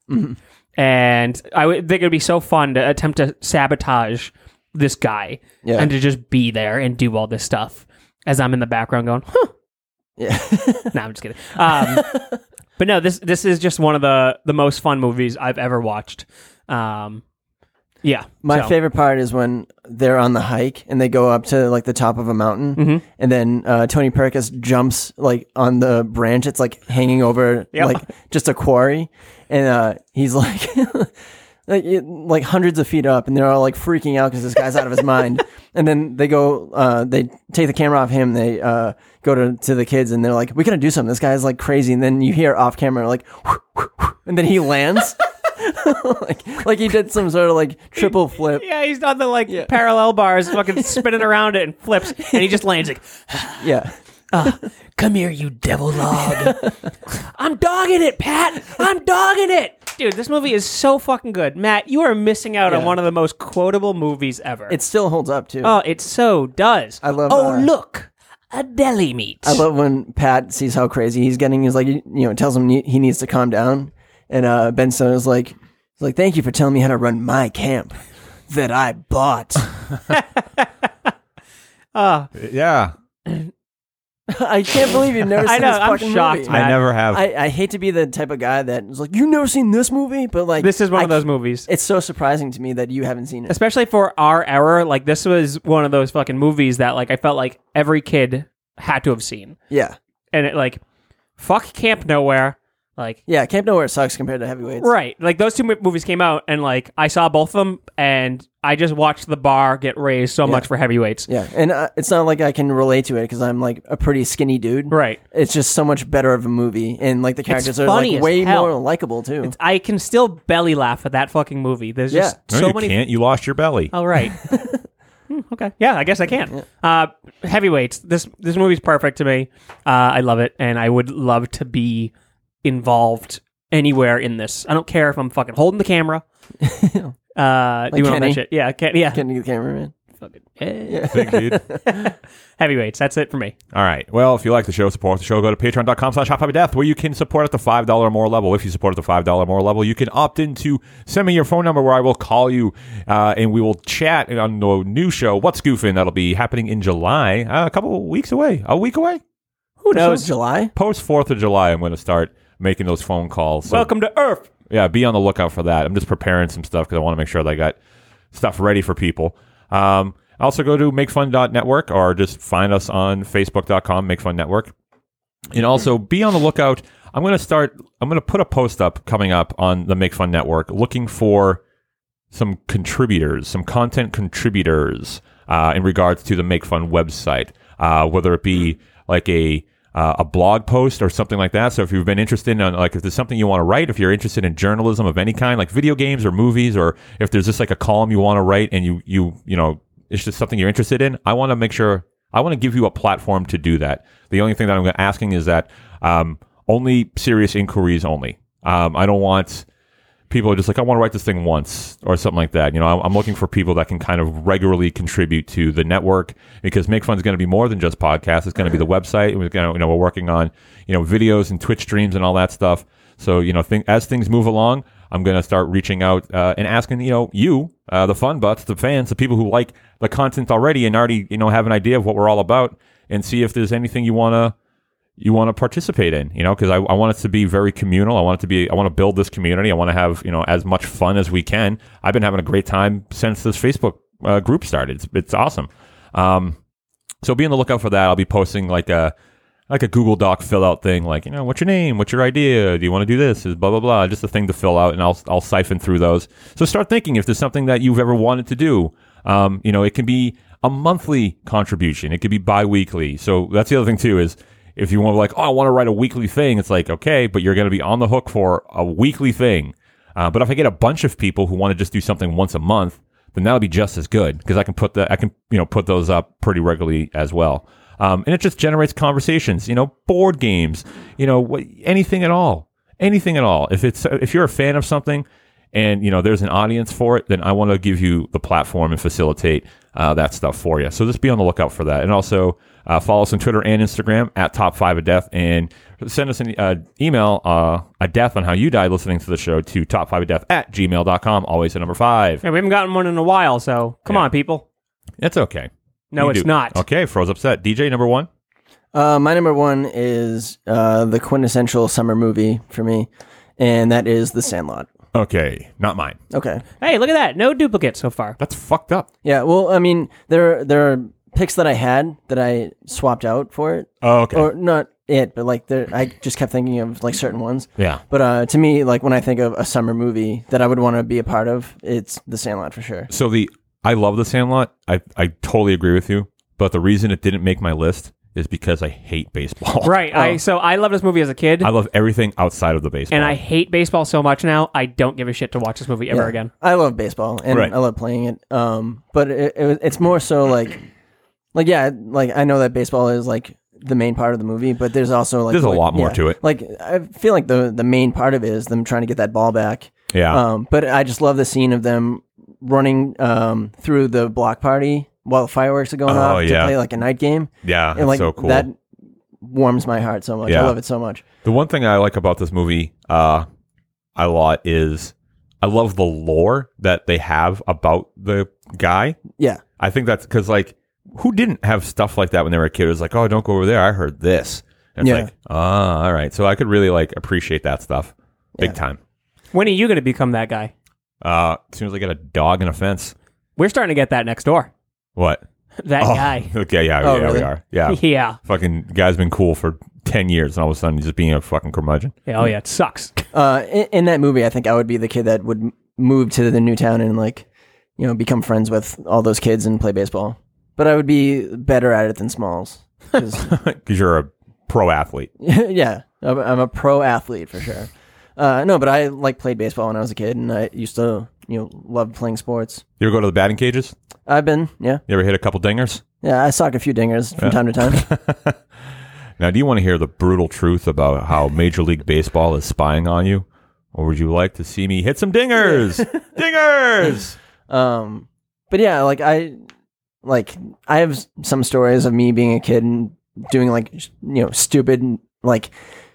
S2: and I would think it'd be so fun to attempt to sabotage this guy
S3: Yeah.
S2: and to just be there and do all this stuff as I'm in the background going, huh?
S3: Yeah. <laughs>
S2: no, I'm just kidding. Um, but no, this this is just one of the the most fun movies I've ever watched. Um, yeah,
S3: My
S2: so-
S3: favorite part is when they're on the hike and they go up to like the top of a mountain,
S2: Mm-hmm.
S3: and then uh, Tony Perkins jumps like on the branch. It's like hanging over
S2: Yep.
S3: like just a quarry, and uh, he's like. <laughs> Like, it- like hundreds of feet up, and they're all like freaking out because this guy's out of his mind. And then they go, uh, they take the camera off him. They uh, go to, to the kids, and they're like, "We gotta do something. This guy's like crazy." And then you hear off camera like, <laughs> and then he lands, <laughs> like like he did some sort of like triple
S2: <laughs>
S3: flip.
S2: Yeah, he's on the like parallel bars, fucking spinning around it and flips, and he just lands like,
S3: Yeah.
S2: "Come here, you devil dog!
S3: <laughs>
S2: I'm dogging it, Pat. I'm dogging it." Dude, this movie is so fucking good. Matt, you are missing out on
S3: Yeah.
S2: one of the most quotable movies ever.
S3: It still holds up too.
S2: oh, it so does.
S3: I love,
S2: Oh,
S3: uh,
S2: look, a deli meat.
S3: I love when Pat sees how crazy he's getting. He's like, you know, tells him he he needs to calm down. And uh, Ben Stiller's like, he's like, thank you for telling me how to run my camp that I bought.
S1: Yeah.
S3: <laughs> I can't believe you've never seen
S2: I know,
S3: this
S2: I'm
S3: fucking
S2: shocked,
S3: movie.
S2: man.
S1: I never have.
S3: I, I hate to be the type of guy that is like, you've never seen this movie, but like,
S2: This is one
S3: I-
S2: of those movies.
S3: It's so surprising to me that you haven't seen it.
S2: especially for our era like this was one of those fucking movies that like i felt like every kid had to have seen
S3: Yeah,
S2: and it like fuck camp nowhere like
S3: yeah. Camp Nowhere sucks compared to Heavyweights.
S2: right like those two mo- movies came out and like i saw both of them and i just watched the bar get raised so much for heavyweights
S3: Yeah, and uh, it's not like I can relate to it because I'm like a pretty skinny dude.
S2: right
S3: It's just so much better of a movie, and like the characters are
S2: funny
S3: like
S2: as
S3: way
S2: hell.
S3: more likable too. <laughs>
S2: i can still belly laugh at that fucking movie there's just
S3: Yeah.
S1: no,
S2: so
S1: you
S2: many
S1: can't. You lost your belly.
S2: All Oh, right. Hmm, okay. Yeah, I guess I can. Uh, heavyweights. This this movie's perfect to me. Uh, I love it, and I would love to be involved anywhere in this. I don't care if I'm fucking holding the camera, uh, doing all
S3: Kenny.
S2: that shit. Yeah, Ken, yeah.
S3: Getting to the cameraman.
S2: Eh.
S1: Big dude.
S2: Heavyweights. That's it for me.
S1: All right. Well, if you like the show, support the show. Go to patreon.com slash hot death where you can support at the $5 or more level. If you support at the $5 or more level, you can opt into send me your phone number where I will call you uh, and we will chat on the new show, What's Goofing? That'll be happening in July, uh, a couple weeks away, a week away.
S3: Who knows? July.
S1: Post 4th of July, I'm going to start making those phone calls. So,
S2: Welcome to Earth.
S1: Yeah, be on the lookout for that. I'm just preparing some stuff because I want to make sure that I got stuff ready for people. Um, also, go to makefun.network or just find us on facebook.com, makefun network. And also be on the lookout. I'm going to start, I'm going to put a post up coming up on the Make Fun Network looking for some contributors, some content contributors uh, in regards to the Make Fun website, uh, whether it be like a uh, a blog post or something like that. So if you've been interested in like if there's something you want to write, if you're interested in journalism of any kind, like video games or movies, or if there's just like a column you want to write and you you you know it's just something you're interested in, I want to make sure I want to give you a platform to do that. The only thing that I'm asking is that um, only serious inquiries only. Um, I don't want people are just like, I want to write this thing once or something like that. You know, I'm, I'm looking for people that can kind of regularly contribute to the network because Make Fun is going to be more than just podcasts. It's going to be the website. We're going to, you know, we're working on, you know, videos and Twitch streams and all that stuff. So, you know, think, as things move along, I'm going to start reaching out uh, and asking, you know, you, uh, the fun butts, the fans, the people who like the content already and already, you know, have an idea of what we're all about and see if there's anything you want to you want to participate in, you know, because I, I want it to be very communal. I want it to be, I want to build this community. I want to have, you know, as much fun as we can. I've been having a great time since this Facebook uh, group started. It's, it's awesome. Um, so be on the lookout for that. I'll be posting like a, like a Google Doc fill out thing, like, you know, what's your name? What's your idea? Do you want to do this? Is blah, blah, blah. Just a thing to fill out and I'll, I'll siphon through those. So start thinking if there's something that you've ever wanted to do. Um, you know, it can be a monthly contribution. It could be bi-weekly. So that's the other thing too is if you want to like, oh, I want to write a weekly thing. It's like, okay, but you're going to be on the hook for a weekly thing. Uh, but if I get a bunch of people who want to just do something once a month, then that'll be just as good because I can put the I can you know put those up pretty regularly as well. Um, and it just generates conversations, you know, board games, you know, what, anything at all, anything at all. If it's if you're a fan of something, and you know there's an audience for it, then I want to give you the platform and facilitate uh, that stuff for you. So just be on the lookout for that, and also uh, follow us on Twitter and Instagram at Top Five of Death, and send us an uh, email uh, a death on how you died listening to the show to Top Five of Death at gmail.com. Always at number five.
S2: Yeah, we haven't gotten one in a while, so come
S1: Yeah.
S2: on, people.
S1: That's okay.
S2: No,
S1: You
S2: it's
S1: do-
S2: not.
S1: Okay, froze upset. DJ number one.
S3: Uh, my number one is uh, the quintessential summer movie for me, and that is The Sandlot.
S1: Okay, not mine.
S3: Okay.
S2: Hey, look at that. No duplicate so far.
S1: That's fucked up.
S3: Yeah. Well, I mean, there there are picks that I had that I swapped out for it,
S1: Oh, okay.
S3: or not it, but like there, I just kept thinking of like certain ones.
S1: yeah.
S3: But uh, to me, like when I think of a summer movie that I would want to be a part of, it's The Sandlot for sure.
S1: So the I love the Sandlot. I I totally agree with you. But the reason it didn't make my list is because I hate baseball.
S2: Right. I so I love this movie as a
S1: <laughs>
S2: kid,
S1: Oh. I love everything outside of the baseball.
S2: and I hate baseball so much now. I don't give a shit to watch this movie ever
S3: Yeah.
S2: again.
S3: I love baseball and
S1: Right.
S3: I love playing it. Um, but it, it, was- it's more so like, like yeah, like I know that baseball is like the main part of the movie, but there's also like
S1: There's a
S3: like-
S1: lot more
S3: yeah.
S1: to it.
S3: Like I feel like the the main part of it is them trying to get that ball back.
S1: yeah.
S3: Um, but I just love the scene of them running um through the block party while the fireworks are going
S1: Oh,
S3: off
S1: yeah.
S3: to play like a night game.
S1: yeah. It's
S3: and like
S1: so cool.
S3: that warms my heart so much.
S1: Yeah.
S3: I love it so much.
S1: the one thing I like about this movie uh a lot is I love the lore that they have about the guy.
S3: Yeah.
S1: I think that's because like who didn't have stuff like that when they were a kid? It was like, oh, don't go over there. I heard this. And it's
S3: Yeah.
S1: like, ah, all right. So I could really like appreciate that stuff big
S3: Yeah.
S1: time.
S2: When are you going to become that guy?
S1: Uh, as soon as I get a dog and a fence.
S2: We're starting to get that next door. <laughs>
S1: What?
S2: That
S1: Oh,
S2: guy.
S1: <laughs> Okay, yeah,
S3: Oh,
S1: yeah, we
S3: really?
S1: are.
S3: <laughs>
S1: Yeah.
S2: <laughs> Yeah.
S1: fucking guy's been cool for 10 years and all of a sudden he's just being a fucking curmudgeon.
S2: Oh yeah, it sucks. <laughs>
S3: uh, in, in that movie, I think I would be the kid that would m- move to the new town and like, you know, become friends with all those kids and play baseball. But I would be better at it
S1: <laughs>
S3: than Smalls. 'Cause- <laughs>
S1: Because you're a pro athlete.
S3: yeah, I'm, I'm a pro athlete for sure. Uh, no, but I like played baseball when I was a kid, and I used to you know love playing sports.
S1: You ever go to the batting cages?
S3: I've been yeah
S1: You ever hit a couple dingers?
S3: yeah I socked a few dingers from time to time.
S1: Now, do you want to hear the brutal truth about how Major League Baseball is spying on you? Or would you like to see me hit some
S3: <laughs>
S1: dingers? dingers!
S3: Um, but yeah, like I like I have s- some stories of me being a kid and doing like sh- you know stupid like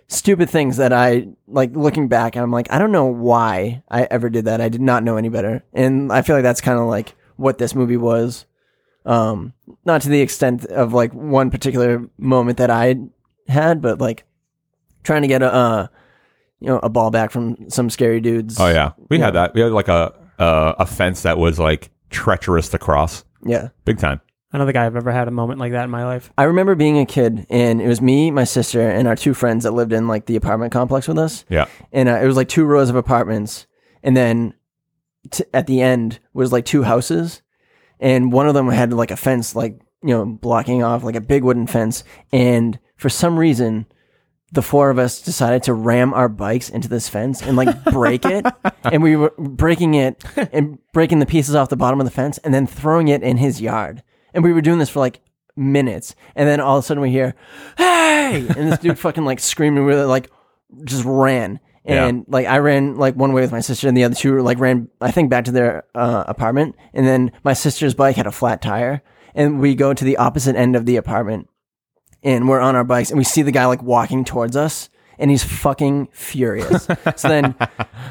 S3: stupid things that I like looking back I'm like I don't know why I ever did that. I did not know any better. And I feel like that's kind of like what this movie was um not to the extent of like one particular moment that I had but like trying to get a uh you know a ball back from some scary dudes.
S1: Oh, yeah. We had that. We had like a, uh, a fence that was like treacherous to cross.
S3: Yeah.
S1: Big time.
S2: I don't think I've ever had a moment like that in my life.
S3: I remember being a kid, and it was me, my sister, and our two friends that lived in like the apartment complex with us.
S1: Yeah.
S3: And uh, it was like two rows of apartments, and then t- at the end was like two houses, and one of them had like a fence, like you know, blocking off like a big wooden fence. And for some reason, the four of us decided to ram our bikes into this fence and like break it. and we were breaking it and breaking the pieces off the bottom of the fence and then throwing it in his yard. And we were doing this for like minutes. And then all of a sudden we hear, hey! And this dude fucking like screaming, we were like, just ran.
S1: Yeah.
S3: And like I ran like one way with my sister, and the other two were, like ran I think back to their uh, apartment. And then my sister's bike had a flat tire, and we go to the opposite end of the apartment, and we're on our bikes, and we see the guy like walking towards us, and he's fucking furious. so then,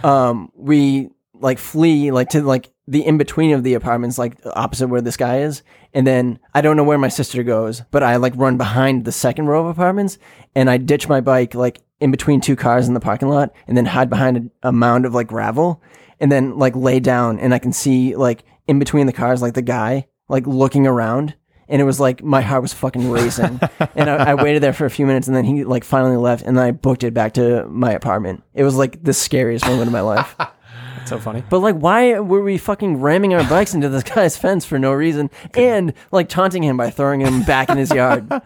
S3: um, we like flee like to like the in between of the apartments, like opposite where this guy is, and then I don't know where my sister goes, but I like run behind the second row of apartments, and I ditch my bike like in between two cars in the parking lot, and then hide behind a, a mound of like gravel, and then like lay down, and I can see like in between the cars like the guy like looking around and it was like my heart was
S2: <laughs>
S3: fucking racing. and I, I waited there for a few minutes, and then he like finally left, and I booked it back to my apartment. It was like the scariest moment of my life.
S2: <laughs> That's so funny.
S3: But like, why were we fucking ramming our bikes into this guy's fence for no reason, and like taunting him by throwing him back in his
S2: <laughs>
S3: yard? <laughs>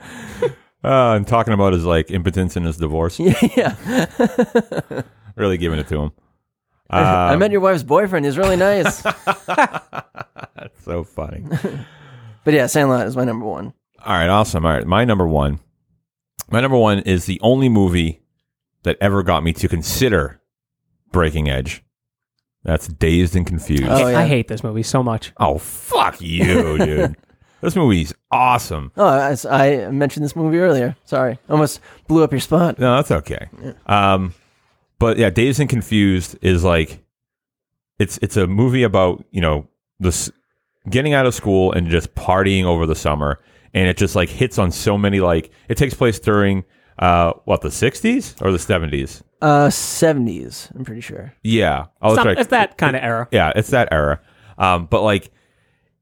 S1: Uh, and talking about his like impotence and his divorce.
S3: yeah,
S1: Really giving it to him. Ah,
S2: Um, <laughs>
S3: I met your wife's boyfriend. He's really nice.
S1: so funny.
S3: But yeah, Sandlot is my number one.
S1: All right, awesome. All right, my number one. My number one is the only movie that ever got me to consider Breaking Edge. That's Dazed and Confused.
S3: Oh, yeah.
S2: I hate this movie so much.
S1: Oh, fuck you, dude. this movie's awesome.
S3: Oh, I, I mentioned this movie earlier. Sorry, almost blew up your spot.
S1: No, that's okay. Um, but yeah, Dazed and Confused is like it's it's a movie about you know this getting out of school and just partying over the summer, and it just like hits on so many like it takes place during uh what the sixties or the seventies.
S3: Uh, seventies. I'm pretty sure.
S1: Yeah, oh,
S2: Some-
S1: that's right.
S2: It's that kind of era.
S1: Yeah, it's that era. Um, but like,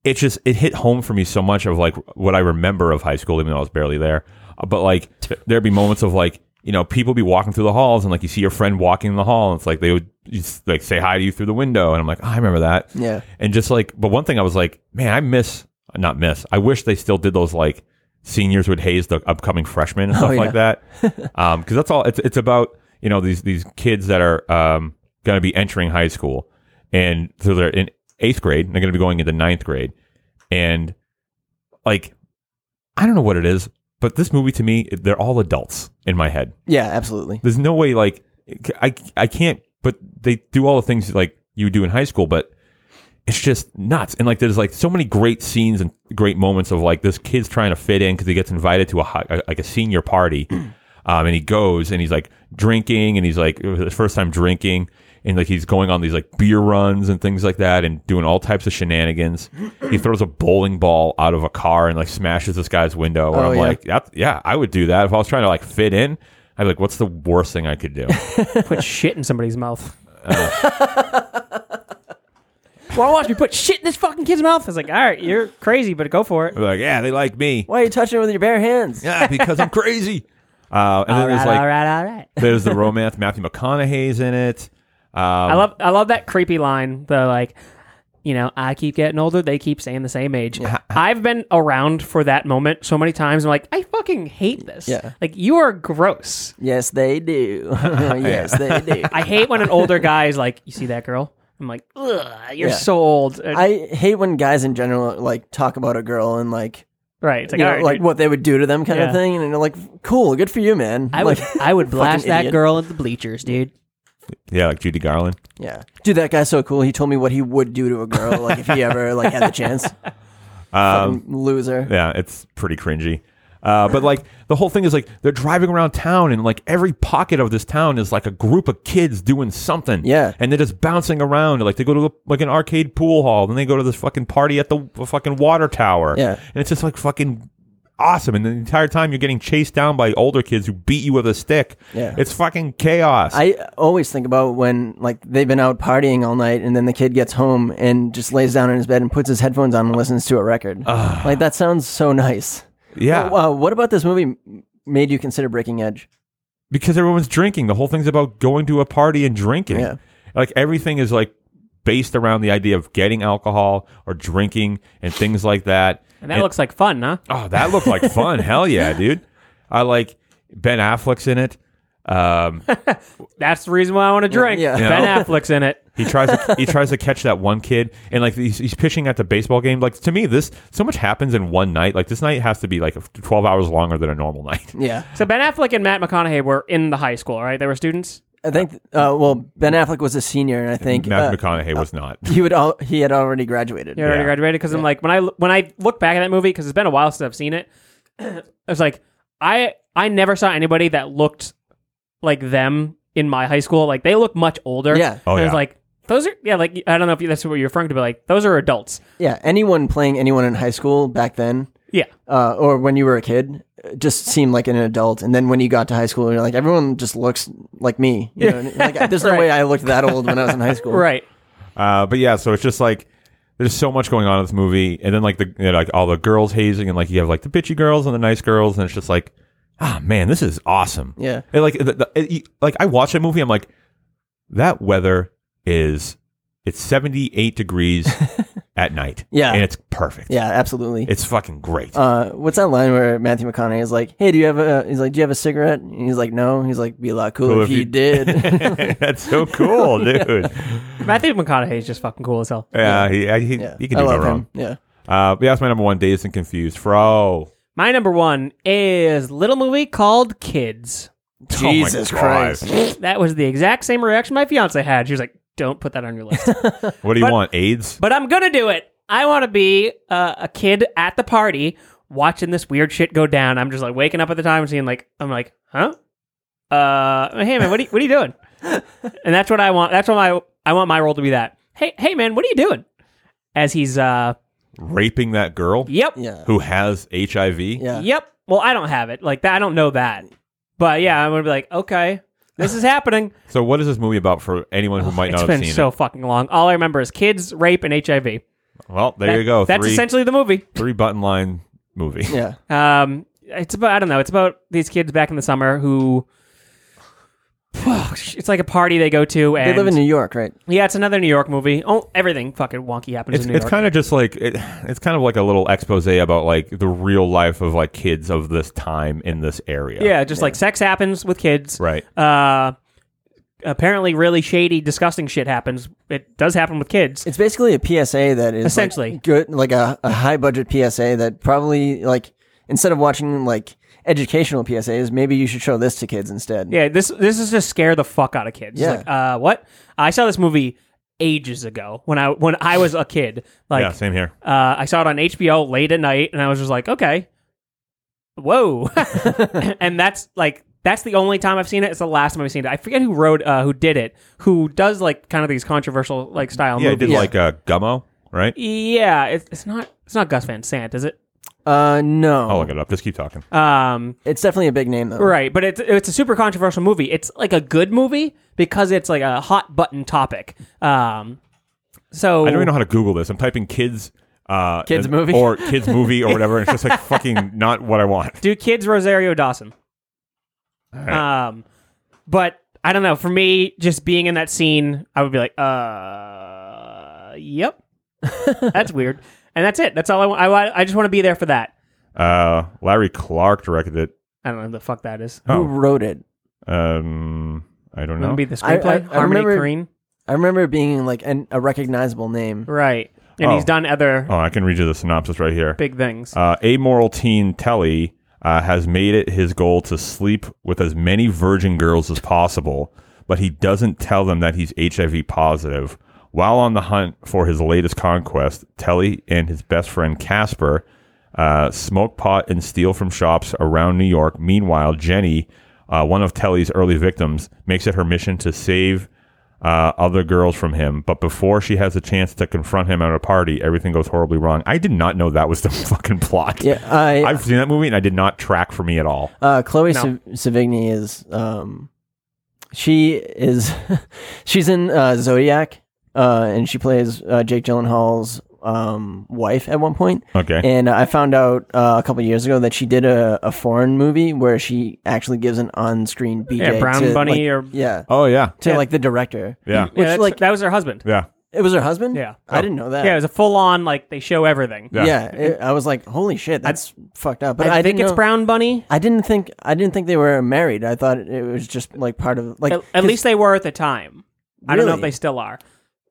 S1: it just it hit home for me so much of like what I remember of high school, even though I was barely there. Uh, But like, th- there'd be moments of like, you know, people be walking through the halls, and like you see your friend walking in the hall, and it's like they would you s- like say hi to you through the window, and I'm like, "Oh, I remember that.
S3: Yeah.
S1: And just like, but one thing I was like, man, I miss not miss. I wish they still did those like seniors would haze the upcoming freshmen and stuff like that, because that's all. It's it's about you know these these kids that are um, going to be entering high school, and so they're in eighth grade, and they're going to be going into ninth grade, and like I don't know what it is, but this movie to me, they're all adults in my head.
S3: Yeah, absolutely.
S1: There's no way like I I can't. But they do all the things like you do in high school, but it's just nuts. And like there's like so many great scenes and great moments of like this kid's trying to fit in because he gets invited to a, hi- a like a senior party, <clears throat> um, and he goes and he's like drinking and he's like it was his first time drinking. And like he's going on these like beer runs and things like that, and doing all types of
S3: <clears throat>
S1: shenanigans. he throws a bowling ball out of a car and like smashes this guy's window. And
S3: Oh,
S1: I'm
S3: yeah.
S1: like, that, yeah, I would do that if I was trying to like fit in. I'd be like, what's the worst thing I could
S3: <laughs>
S1: do?
S2: Put shit in somebody's mouth. <laughs> well, watch me put shit in this fucking kid's mouth. I was like, all right, you're crazy, but go for it.
S1: I'd be like, yeah, they like me.
S3: Why are you touching it with your bare hands?
S1: Yeah, because I'm
S3: <laughs>
S1: crazy. Uh,
S3: Oh,
S1: and
S2: All
S1: then
S2: right,
S1: there's like
S2: all right, all right.
S1: there's the romance. Matthew McConaughey's in it. Um,
S2: I love, I love that creepy line. The like, you know, I keep getting older. They keep saying the same age. I've been around for that moment so many times. I'm like, I fucking hate this.
S3: Yeah.
S2: Like you are gross.
S3: Yes,
S2: <laughs>
S3: they do. <laughs> yes, they do.
S2: I hate when an older guy is like, you see that girl? I'm like, ugh, you're
S3: Yeah.
S2: so old. Uh,
S3: I hate when guys in general like talk about a girl and like
S2: right. It's like,
S3: you know,
S2: all right,
S3: like
S2: dude.
S3: what they would do to them kind
S2: Yeah.
S3: of thing, and they're like, "Cool, good for you, man."
S2: I
S3: <laughs> like,
S2: would, I would blast
S3: fucking
S2: that
S3: idiot.
S2: girl in the bleachers, dude.
S1: yeah, like Judy Garland.
S3: yeah, dude, that guy's so cool. He told me what he would do to a girl,
S2: <laughs>
S3: like if he ever like had the chance.
S1: <laughs> Um,
S3: Fucking loser.
S1: yeah, it's pretty cringy. Uh, but like the whole thing is like they're driving around town and like every pocket of this town is like a group of kids doing something.
S3: Yeah.
S1: and they're just bouncing around. Like they go to the, like an arcade pool hall, then they go to this fucking party at the fucking water tower.
S3: Yeah.
S1: and it's just like fucking awesome. And the entire time you're getting chased down by older kids who beat you with a stick.
S3: Yeah.
S1: it's fucking chaos.
S3: I always think about when like they've been out partying all night and then the kid gets home and just lays down in his bed and puts his headphones on and listens to a record. like that sounds so nice.
S1: yeah,
S3: Wow, uh, what about this movie m- made you consider Breaking Edge?
S1: because everyone's drinking. The whole thing's about going to a party and drinking.
S3: Yeah.
S1: Like everything is like based around the idea of getting alcohol or drinking and things like that.
S2: And that looks like fun, huh?
S1: oh, that looked
S3: <laughs>
S1: like fun. Hell yeah, dude. I like Ben Affleck's in it. Um,
S2: That's the reason why I want to drink.
S3: Yeah.
S2: Ben Affleck's in it.
S1: he tries to, he tries to catch that one kid and like he's, he's pitching at the baseball game. Like to me, this so much happens in one night. Like this night has to be like twelve hours longer than a normal night.
S3: Yeah.
S2: So Ben Affleck and Matt McConaughey were in the high school, right? They were students.
S3: I think uh, well Ben Affleck was a senior and I think
S1: Matt
S3: uh,
S1: McConaughey was not.
S3: he would al- he had already graduated.
S2: They already
S1: Yeah.
S2: graduated. Because I'm like, when I when I look back at that movie, because it's been a while since I've seen it, <clears throat> I was like, I I never saw anybody that looked like them in my high school. Like they look much older.
S3: Yeah.
S1: Oh,
S2: And I was
S1: yeah.
S2: like, those are yeah. Like I don't know if that's what you're referring to, but like those are adults.
S3: Yeah, anyone playing anyone in high school back then
S2: Yeah.
S3: uh, or when you were a kid uh, just seemed like an adult and then when you got to high school you're like everyone just looks like me you know? like, there's no way i looked that old when i was in high
S2: <laughs>
S3: school
S2: Right.
S1: Uh, but yeah, so it's just like there's so much going on in this movie, and then like the you know, like all the girls hazing, and like you have like the bitchy girls and the nice girls, and it's just like, ah man, this is awesome.
S3: Yeah.
S1: And, like the, the, it- you- like I watch that movie, I'm
S3: <laughs>
S1: like, that weather is it's 78 degrees. at night.
S3: Yeah.
S1: and it's perfect.
S3: Yeah, absolutely.
S1: it's fucking great.
S3: uh, what's that line where Matthew McConaughey is like, "Hey, do you have a?" He's like, "Do you have a cigarette?" And he's like, "No." He's like, "Be a lot cooler
S1: Cool
S3: if, you <laughs> did."
S1: <laughs> That's so cool,
S3: <laughs>
S1: dude.
S2: Matthew McConaughey is just fucking cool as hell.
S1: yeah, he, I- he, he can
S3: I
S1: do no
S3: love
S1: wrong.
S3: him. Yeah,
S1: Uh, but yeah, that's my number one. Dazed and confused, Fro.
S2: My number one is little movie called Kids.
S1: <laughs> Oh my
S3: Jesus
S1: God. <laughs>
S3: Christ.
S2: That was the exact same reaction my fiance had. She was like, "Don't put that on your list."
S1: What do you
S2: But-
S1: want? AIDS?
S2: but I'm gonna do it. I want to be uh, a kid at the party watching this weird shit go down. I'm just like waking up at the time and seeing like I'm like, huh? Uh, hey man, what are you, what are you doing? and that's what I want. That's what my I want my role to be that. Hey hey man, what are you doing? As he's uh,
S1: Raping that girl
S2: yep,
S3: yeah,
S1: who has HIV?
S3: yeah.
S2: yep. Well, I don't have it. Like that, I don't know that. But yeah, I'm gonna be like, okay, this
S1: <laughs>
S2: is happening.
S1: So what is this movie about for anyone who might
S2: Oh, It's
S1: not have
S2: been
S1: seen
S2: so
S1: it?
S2: fucking long. All I remember is kids, rape, and HIV. There
S1: Well, there you go.
S2: That's
S1: three
S2: essentially the movie.
S1: three button line movie.
S3: Yeah,
S2: Um, it's about I don't know. It's about these kids back in the summer who. <sighs> It's like a party they go to, and
S3: they live in New York, right?
S2: yeah, it's another New York movie. Oh, everything fucking wonky happens
S1: It's,
S2: in
S1: <laughs>
S2: New
S1: it's
S2: York.
S1: kind of just like it, it's kind of like a little expose about like the real life of like kids of this time in this area.
S2: yeah, just like sex happens with kids.
S1: Right.
S2: Uh, apparently, really shady, disgusting shit happens. It does happen with kids.
S3: It's basically a PSA that is like,
S2: Essentially.
S3: good, like a, a high budget PSA that probably like instead of watching like educational PSAs, maybe you should show this to kids instead.
S2: Yeah, this this is just scare the fuck out of kids. It's
S3: Yeah.
S2: Like, uh, what? I saw this movie ages ago when I when I was a kid. Like,
S1: yeah. Same here.
S2: Uh, I saw it on HBO late at night, and I was just like, okay, whoa. <laughs> and that's like that's the only time I've seen it. It's the last time I've seen it. I forget who wrote, uh, who did it, who does like kind of these controversial like style
S1: Yeah. It
S2: movies.
S1: did like uh, Gummo, right?
S2: yeah, it's, it's not it's not Gus Van Sant, is it?
S3: Uh,
S1: I'll
S3: no,
S1: look it up. Just keep talking.
S2: Um,
S3: it's definitely a big name though.
S2: Right, but it's it's a super controversial movie. It's like a good movie because it's like a hot button topic. Um, so
S1: I don't even know how to Google this. I'm typing kids. Uh,
S3: Kids
S1: and-
S3: movie?
S1: or kids movie
S2: <laughs>
S1: or whatever. And it's just like fucking not what I want.
S2: do kids Rosario Dawson. Um, but I don't know. For me, just being in that scene, I would be like, uh, yep, <laughs> that's weird, and that's it. That's all I want. I, wa- I just want to be there for that.
S1: Uh, Larry Clark directed it.
S2: I don't know who the fuck that is.
S3: Who
S1: Oh.
S3: wrote it?
S1: Um, I don't know.
S2: Wouldn't be the
S3: I- I-
S2: screenplay.
S3: I
S2: Harmony
S3: remember-
S2: Korine,
S3: I remember it being like an, a recognizable name.
S2: right? And
S1: Oh.
S2: he's done other
S1: oh, I can read you the synopsis right here.
S2: big things.
S1: Uh, amoral teen Telly uh, has made it his goal to sleep with as many virgin girls as possible, but he doesn't tell them that he's HIV positive. While on the hunt for his latest conquest, Telly and his best friend Casper uh, smoke pot and steal from shops around New York. Meanwhile, Jenny, uh, one of Telly's early victims, makes it her mission to save uh, other girls from him. But before she has a chance to confront him at a party, everything goes horribly wrong. I did not know that was the <laughs> fucking plot.
S3: Yeah, I,
S1: I've seen that movie and I did not track for me at all.
S3: Uh, Chloe
S2: No.
S3: Sav- Savigny is um, she is <laughs> she's in uh, Zodiac, uh, and she plays uh, Jake Gyllenhaal's um, wife at one point.
S1: Okay.
S3: And I found out uh, a couple years ago that she did a, a foreign movie where she actually gives an on-screen BJ
S2: Yeah, Brown
S3: to,
S2: Bunny
S3: like-
S2: or-
S3: yeah
S1: oh yeah,
S3: to
S2: Yeah.
S3: like the director.
S1: yeah,
S2: yeah,
S3: Which,
S2: that's-
S3: like-
S2: that was her husband.
S1: yeah. <laughs>
S3: It was her husband.
S2: Yeah.
S3: I didn't know that.
S2: Yeah, it was a full on like they show everything.
S1: Yeah.
S3: Yeah, it- I was like, holy shit, that's fucked up. But
S2: I,
S3: I,
S2: think
S3: didn't
S2: it's
S3: know-
S2: Brown Bunny.
S3: I didn't think I didn't think they were married. I thought it was just like part of like
S2: At, at
S3: 'cause
S2: least they were at the time. I don't know if
S3: Really?
S2: they still are.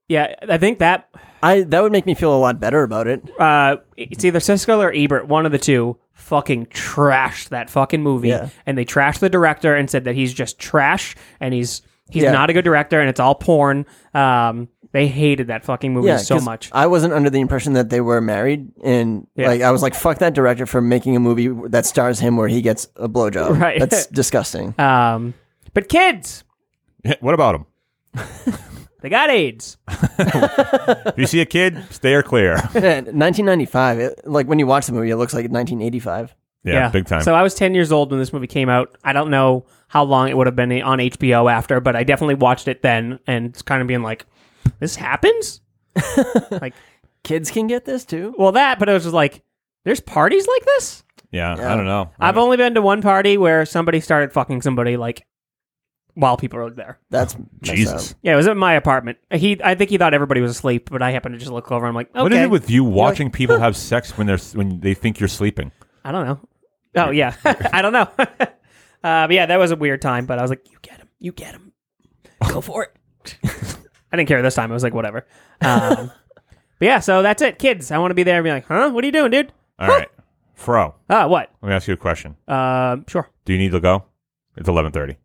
S2: Yeah, I think that
S3: I that would make me feel a lot better about it.
S2: uh, it's either Siskel or Ebert, one of the two, fucking trashed that fucking movie,
S3: Yeah.
S2: and they trashed the director and said that he's just trash and he's he's
S3: Yeah.
S2: not a good director and it's all porn. Um, they hated that fucking movie
S3: Yeah,
S2: so
S3: 'cause
S2: much.
S3: I wasn't under the impression that they were married, and
S2: Yeah.
S3: like I was like, "Fuck that director for making a movie that stars him where he gets a
S2: <laughs>
S3: blowjob."
S2: Right.
S3: That's disgusting.
S2: Um, but kids,
S1: What about him?
S2: they got AIDS.
S1: If you see a kid, stay or clear. <laughs> Yeah,
S3: Yeah, 1995. It, like when you watch the movie, it looks like 1985.
S1: big time.
S2: So I was 10 years old when this movie came out. I don't know how long it would have been on HBO after, but I definitely watched it then and it's kind of being like, this happens? like,
S3: Kids can get this too.
S2: well, that, but it was just like, there's parties like this?
S1: yeah, I don't know.
S2: I've only been to one party where somebody started fucking somebody like while people were there.
S3: That's messed
S1: Jesus.
S3: up.
S2: Yeah, it was at my apartment. He, I think he thought everybody was asleep, but I happened to just look over. and I'm like, okay.
S1: What is it with you watching
S3: <laughs>
S1: people have sex when they're s- when they think you're sleeping?
S2: I don't know. Oh yeah, <laughs> I don't know. uh, but yeah, that was a weird time. But I was like, you get him, you get him, go for it. I didn't care this time. I was like, whatever.
S1: <laughs>
S2: Um, but yeah, so that's it, kids. I want to be there and be like, huh? What are you doing, dude?
S1: All right, Fro.
S2: Uh, what?
S1: Let me ask you a question.
S2: Uh, sure.
S1: Do you need to go? It's eleven thirty.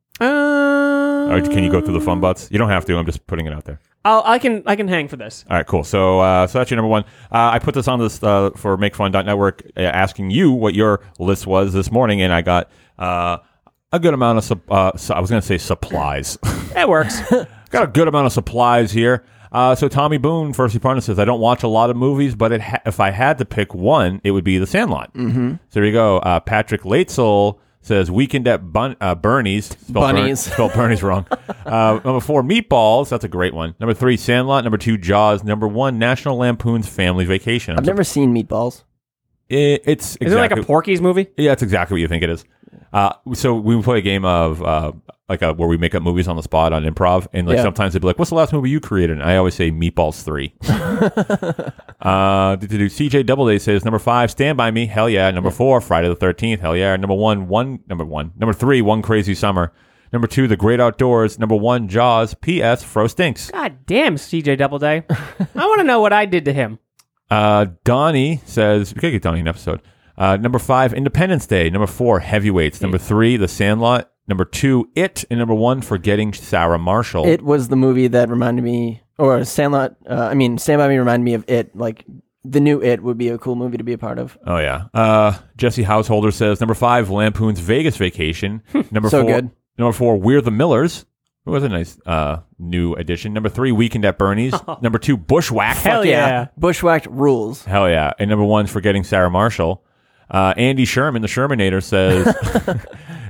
S2: Uh,
S1: Or can you go through the fun butts? You don't have to. I'm just putting it out there.
S2: I'll, I can I can hang for this.
S1: All right, cool. So, uh, so that's your number one. Uh, I put this on this uh, for MakeFun.network, uh, asking you what your list was this morning, and I got uh, a good amount of. Sup- uh, su- I was going to say supplies. <laughs>
S2: That works.
S1: got a good amount of supplies here. Uh, so Tommy Boone, First Partner says, I don't watch a lot of movies, but it ha- if I had to pick one, it would be The Sandlot. Mm-hmm. So there you go. Uh, Patrick Latzel says, Weekend at Bun- uh, Bernie's. Spelled Bern-
S3: Bunnies.
S1: <laughs> spelled Bernie's wrong. Uh, number four, Meatballs. That's a great one. Number three, Sandlot. Number two, Jaws. Number one, National Lampoon's Family Vacation.
S3: I've never seen meatballs.
S1: It- it's exactly,
S2: Is it like a Porky's movie?
S1: yeah, that's exactly what you think it is. Uh, so we would play a game of uh, like a, where we make up movies on the spot on improv, and like
S3: Yeah.
S1: sometimes they'd be like, "What's the last movie you created?" And I always say Meatballs Three. uh, do- do- do. CJ Doubleday says number five, Stand by Me, hell yeah. Number four, Friday the Thirteenth, hell yeah. Number one, one number one, number three, One Crazy Summer. Number two, The Great Outdoors. Number one, Jaws. P.S. Fro stinks.
S2: God damn, CJ Doubleday. I want to know what I did to him.
S1: Uh, Donnie says we could get Donnie an episode. Uh, number five, Independence Day. Number four, Heavyweights. Number three, The Sandlot. Number two, It. And number one, Forgetting Sarah
S2: Oh.
S1: Marshall.
S3: It was the movie that reminded me, or Sandlot. Uh, I mean, Stand by Me reminded me of it. Like the new It would be a cool movie to be a part of.
S1: Oh yeah. Uh, Jesse Householder says number five, Lampoon's Vegas Vacation. number
S3: Hmm. So
S1: four,
S3: good.
S1: number four, We're the Millers. It was a nice uh, new addition. Number three, Weekend at
S3: <laughs>
S1: Bernie's. number two, Bushwhack.
S2: Hell yeah.
S3: Bushwhacked rules.
S1: Hell yeah. And number one, Forgetting Sarah Marshall. Uh, Andy Sherman, the Shermanator, says <laughs>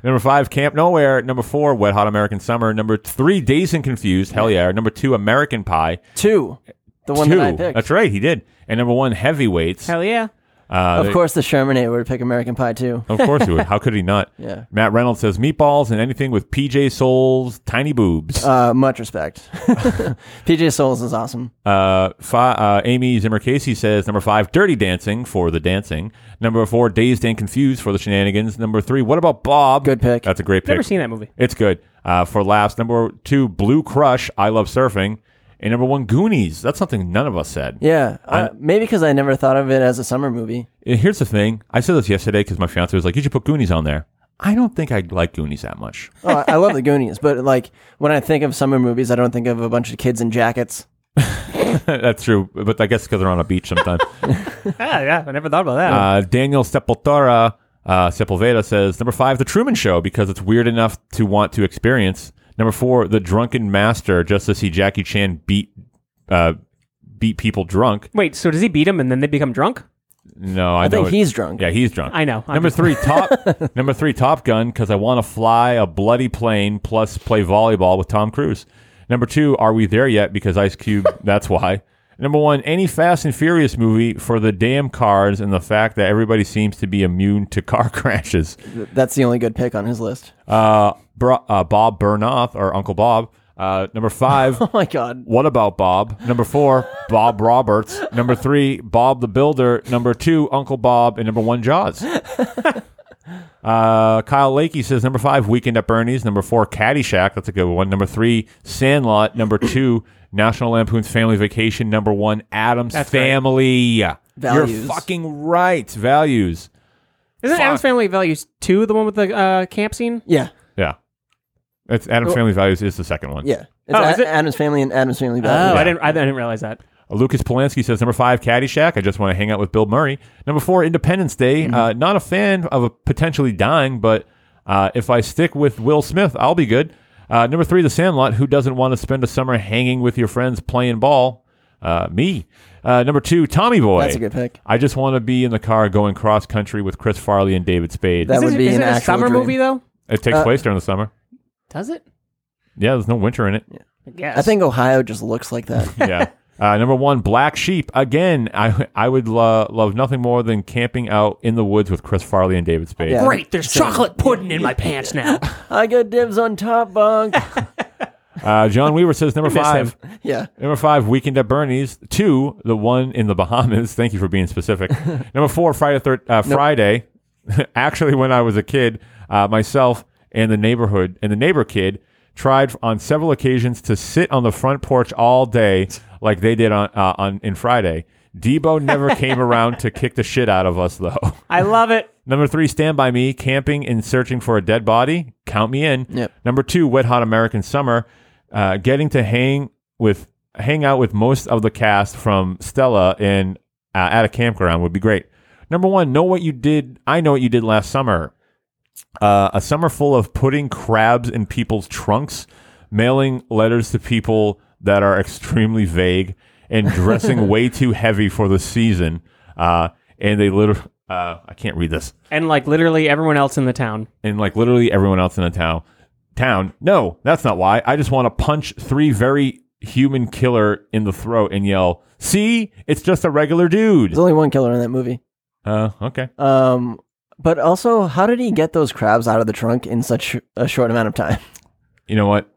S1: number five, Camp Nowhere. Number four, Wet Hot American Summer. Number three, Days and Confused. Hell yeah. Number two, American Pie.
S3: Two, the one
S1: Two.
S3: that I picked.
S1: That's right, he did. And number one, Heavyweights.
S2: Hell yeah.
S1: Uh,
S3: of
S1: they-
S3: course, the Shermanator would pick American Pie too.
S1: <laughs> Of course he would. How could he not?
S3: <laughs> Yeah.
S1: Matt Reynolds says meatballs and anything with PJ Souls, tiny boobs.
S3: Uh, much respect. <laughs> PJ Souls is awesome.
S1: Uh, fi- uh, Amy Zimmer Casey says number five, Dirty Dancing for the dancing. Number four, Dazed and Confused for the shenanigans. Number three, What About Bob?
S3: Good pick.
S1: That's a great pick.
S2: Never seen that movie.
S1: It's good. Uh, for last, number two, Blue Crush, I Love Surfing. And number one, Goonies. That's something none of us said.
S3: Yeah, uh, maybe because I never thought of it as a summer movie.
S1: And Here's the thing I said this yesterday because my fiance was like, You should put Goonies on there. I don't think I like Goonies that much. <laughs>
S3: Oh, I, I love the Goonies, but like when I think of summer movies, I don't think of a bunch of kids in jackets.
S1: That's true. But I guess because they're on a beach sometimes.
S2: Yeah, Ah, yeah. I never thought about that.
S1: Uh, Daniel Sepultura, uh, Sepulveda says number five, The Truman Show, because it's weird enough to want to experience. Number four, The Drunken Master, just to see Jackie Chan beat uh, beat people drunk.
S2: Wait, so does he beat him and then they become drunk?
S1: No, I,
S3: I think
S1: know it-
S3: he's drunk.
S1: Yeah, he's drunk.
S2: I know. I'm
S1: number
S2: just-
S1: three, top
S2: <laughs>
S1: number three, Top Gun, because I want to fly a bloody plane plus play volleyball with Tom Cruise. Number two, Are We There Yet? Because Ice Cube. <laughs> that's why. Number one, any Fast and Furious movie for the damn cars and the fact that everybody seems to be immune to car <laughs> crashes.
S3: Th- That's the only good pick on his list. <laughs>
S1: Uh, Bro- uh, Bob Burnoff or Uncle Bob. Uh, number
S2: <laughs>
S1: five,
S3: Oh my god.
S1: What About Bob? Number four, Bob Roberts. Number three, Bob the Builder. Number two, Uncle Bob. And number one, Jaws. Uh, Kyle Lakey says number five, Weekend at Bernie's. Number four, Caddyshack. That's a good one. Number three, Sandlot. Number two, National Lampoon's Family Vacation. Number one, Adam's
S2: That's right.
S1: Family.
S3: Values.
S1: You're fucking right. Values.
S2: Isn't Adam's Family Values 2 the one with the uh, camp scene?
S3: Yeah,
S1: Yeah. That's Adam's Family Values is the second one.
S3: yeah. It's
S2: Oh,
S3: A-
S2: is it?
S3: Adam's Family and Adam's Family
S2: Oh,
S3: Values.
S2: I didn't. I, didn't realize that.
S1: Lucas Polanski says number five, Caddyshack. I just want to hang out with Bill Murray. Number four, Independence Day.
S3: Mm-hmm.
S1: Uh, not a fan of a potentially dying, but uh, if I stick with Will Smith, I'll be good. Uh, number three, The Sandlot. Who doesn't want to spend a summer hanging with your friends playing ball? Uh, me. Uh, number two, Tommy Boy.
S3: That's a good pick.
S1: I just want to be in the car going cross country with Chris Farley and David Spade.
S3: That
S2: Is
S3: would
S2: it-
S3: be
S2: is
S3: an
S2: it a
S3: actual
S2: summer
S3: dream.
S2: movie though?
S1: it takes
S3: uh,
S1: place during the summer.
S2: Does it?
S1: Yeah, there's no winter in it.
S2: I guess.
S3: I think Ohio just looks like that.
S1: Yeah. Uh, number one, Black Sheep. Again, I I would lo- love nothing more than camping out in the woods with Chris Farley and David Spade.
S3: Yeah.
S2: Great, there's chocolate pudding in my pants now.
S3: I got dibs on top bunk.
S1: Uh, John Weaver says number five.
S3: yeah.
S1: Number five, Weekend at Bernie's. Two, the one in the Bahamas. <laughs> Thank you for being specific. number four, Friday. Thir- uh, Friday. <laughs> Actually, when I was a kid, uh, myself and the neighborhood and the neighbor kid tried on several occasions to sit on the front porch all day, like they did on uh, on in Friday. Debo never came around to kick the shit out of us, though.
S2: I love it.
S1: Number three, Stand By Me, camping and searching for a dead body. Count me in.
S3: Yep.
S1: Number two, Wet Hot American Summer, uh, getting to hang with hang out with most of the cast from Stella in uh, at a campground would be great. Number one, know what you did. I know what you did last summer. Uh, a summer full of putting crabs in people's trunks, mailing letters to people that are extremely vague, and dressing way too heavy for the season. Uh, and they literally, uh, I can't read this
S2: And like literally everyone else in the town.
S1: and like literally everyone else in the town town no that's not why i just want to punch three very human killer in the throat and yell see it's just a regular dude
S3: There's only one killer in that movie.
S1: uh okay
S3: Um, but also, how did he get those crabs out of the trunk in such a short amount of time? <laughs>
S1: you know what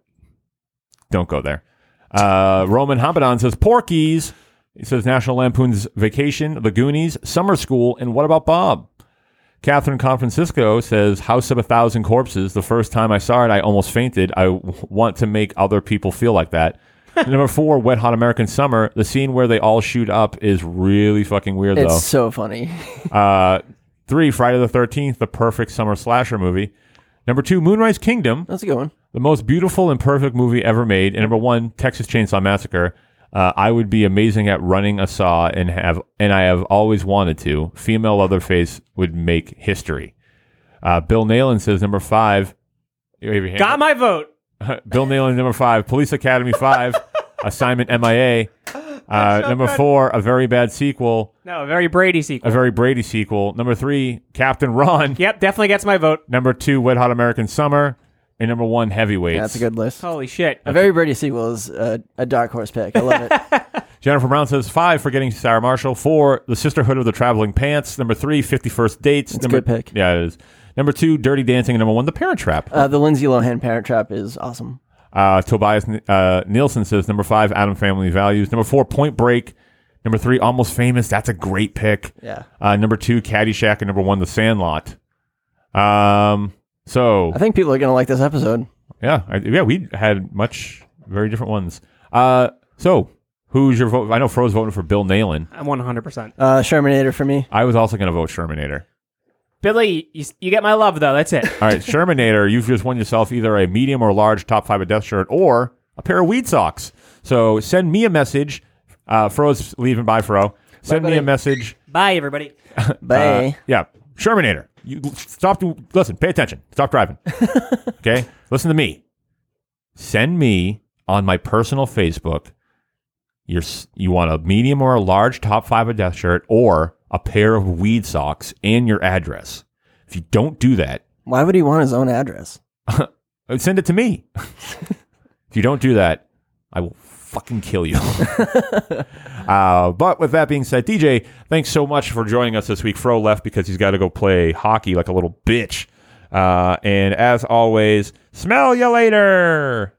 S1: don't go there uh roman Hampadon says porkies he says national lampoon's vacation the goonies summer school and what about bob Catherine Confrancisco says, House of a Thousand Corpses. The first time I saw it, I almost fainted. I w- want to make other people feel like that. Number four, Wet Hot American Summer. The scene where they all shoot up is really fucking weird,
S3: It's so funny.
S1: though. Uh, three, Friday the 13th, the perfect summer slasher movie. Number two, Moonrise Kingdom,
S3: That's a good one.
S1: the most beautiful and perfect movie ever made. And number one, Texas Chainsaw Massacre. Uh, I would be amazing at running a saw and have, and I have always wanted to. Female Leatherface would make history. Uh, Bill Nalen says number five. you have your hand
S2: Got my vote.
S1: up. <laughs> Bill Nalen number five. Police Academy
S2: <laughs>
S1: five. assignment MIA. Uh, number four, a very bad sequel,
S2: No, a very Brady
S1: a
S2: sequel.
S1: very Brady sequel. Number three, Captain Ron.
S2: Yep, definitely gets my vote.
S1: Number two, Wet Hot American Summer, and number one, Heavyweights.
S3: Yeah, that's a good list.
S2: Holy shit.
S3: A very Brady sequel is a, a dark horse pick. I love it.
S1: Jennifer Brown says five for getting Sarah Marshall. Four, The Sisterhood of the Traveling Pants. Number three, 51st Dates.
S3: a
S1: number,
S3: good pick.
S1: Yeah, it is. Number two, Dirty Dancing. And number one, The Parent Trap.
S3: Uh, the Lindsay Lohan Parent Trap is awesome.
S1: Uh, Tobias uh, Nielsen says number five, Adam Family Values. Number four, Point Break. Number three, Almost Famous. That's a great pick.
S3: Yeah.
S1: Uh, number two, Caddyshack. And number one, The Sandlot. Um, so,
S3: I think people are going to like this episode.
S1: yeah, I, yeah, we had much, very different ones. Uh, so, who's your vote? I know Fro's voting for Bill Nalen.
S2: I'm 100%.
S3: Uh, Shermanator for me.
S1: I was also going to vote Shermanator.
S2: Billy, you, you get my love, though. That's it.
S1: All right, Shermanator, you've just won yourself either a medium or large top five of death shirt or a pair of weed socks. So send me a message. Uh, Fro's leaving. Bye, Fro. Send me a
S3: buddy.
S1: message.
S2: Bye, everybody.
S3: Bye.
S1: Yeah, Shermanator, you stop. To, listen, pay attention. Stop driving. okay, listen to me. Send me on my personal Facebook. Your s- you want a medium or a large top five of death shirt or a pair of weed socks and your address. If you don't do that,
S3: Why would he want his own address?
S1: Uh, Send it to me. <laughs> if you don't do that, I will fucking kill you. uh, but with that being said, DJ, thanks so much for joining us this week. Fro left because he's got to go play hockey like a little bitch. Uh, and as always, smell you later.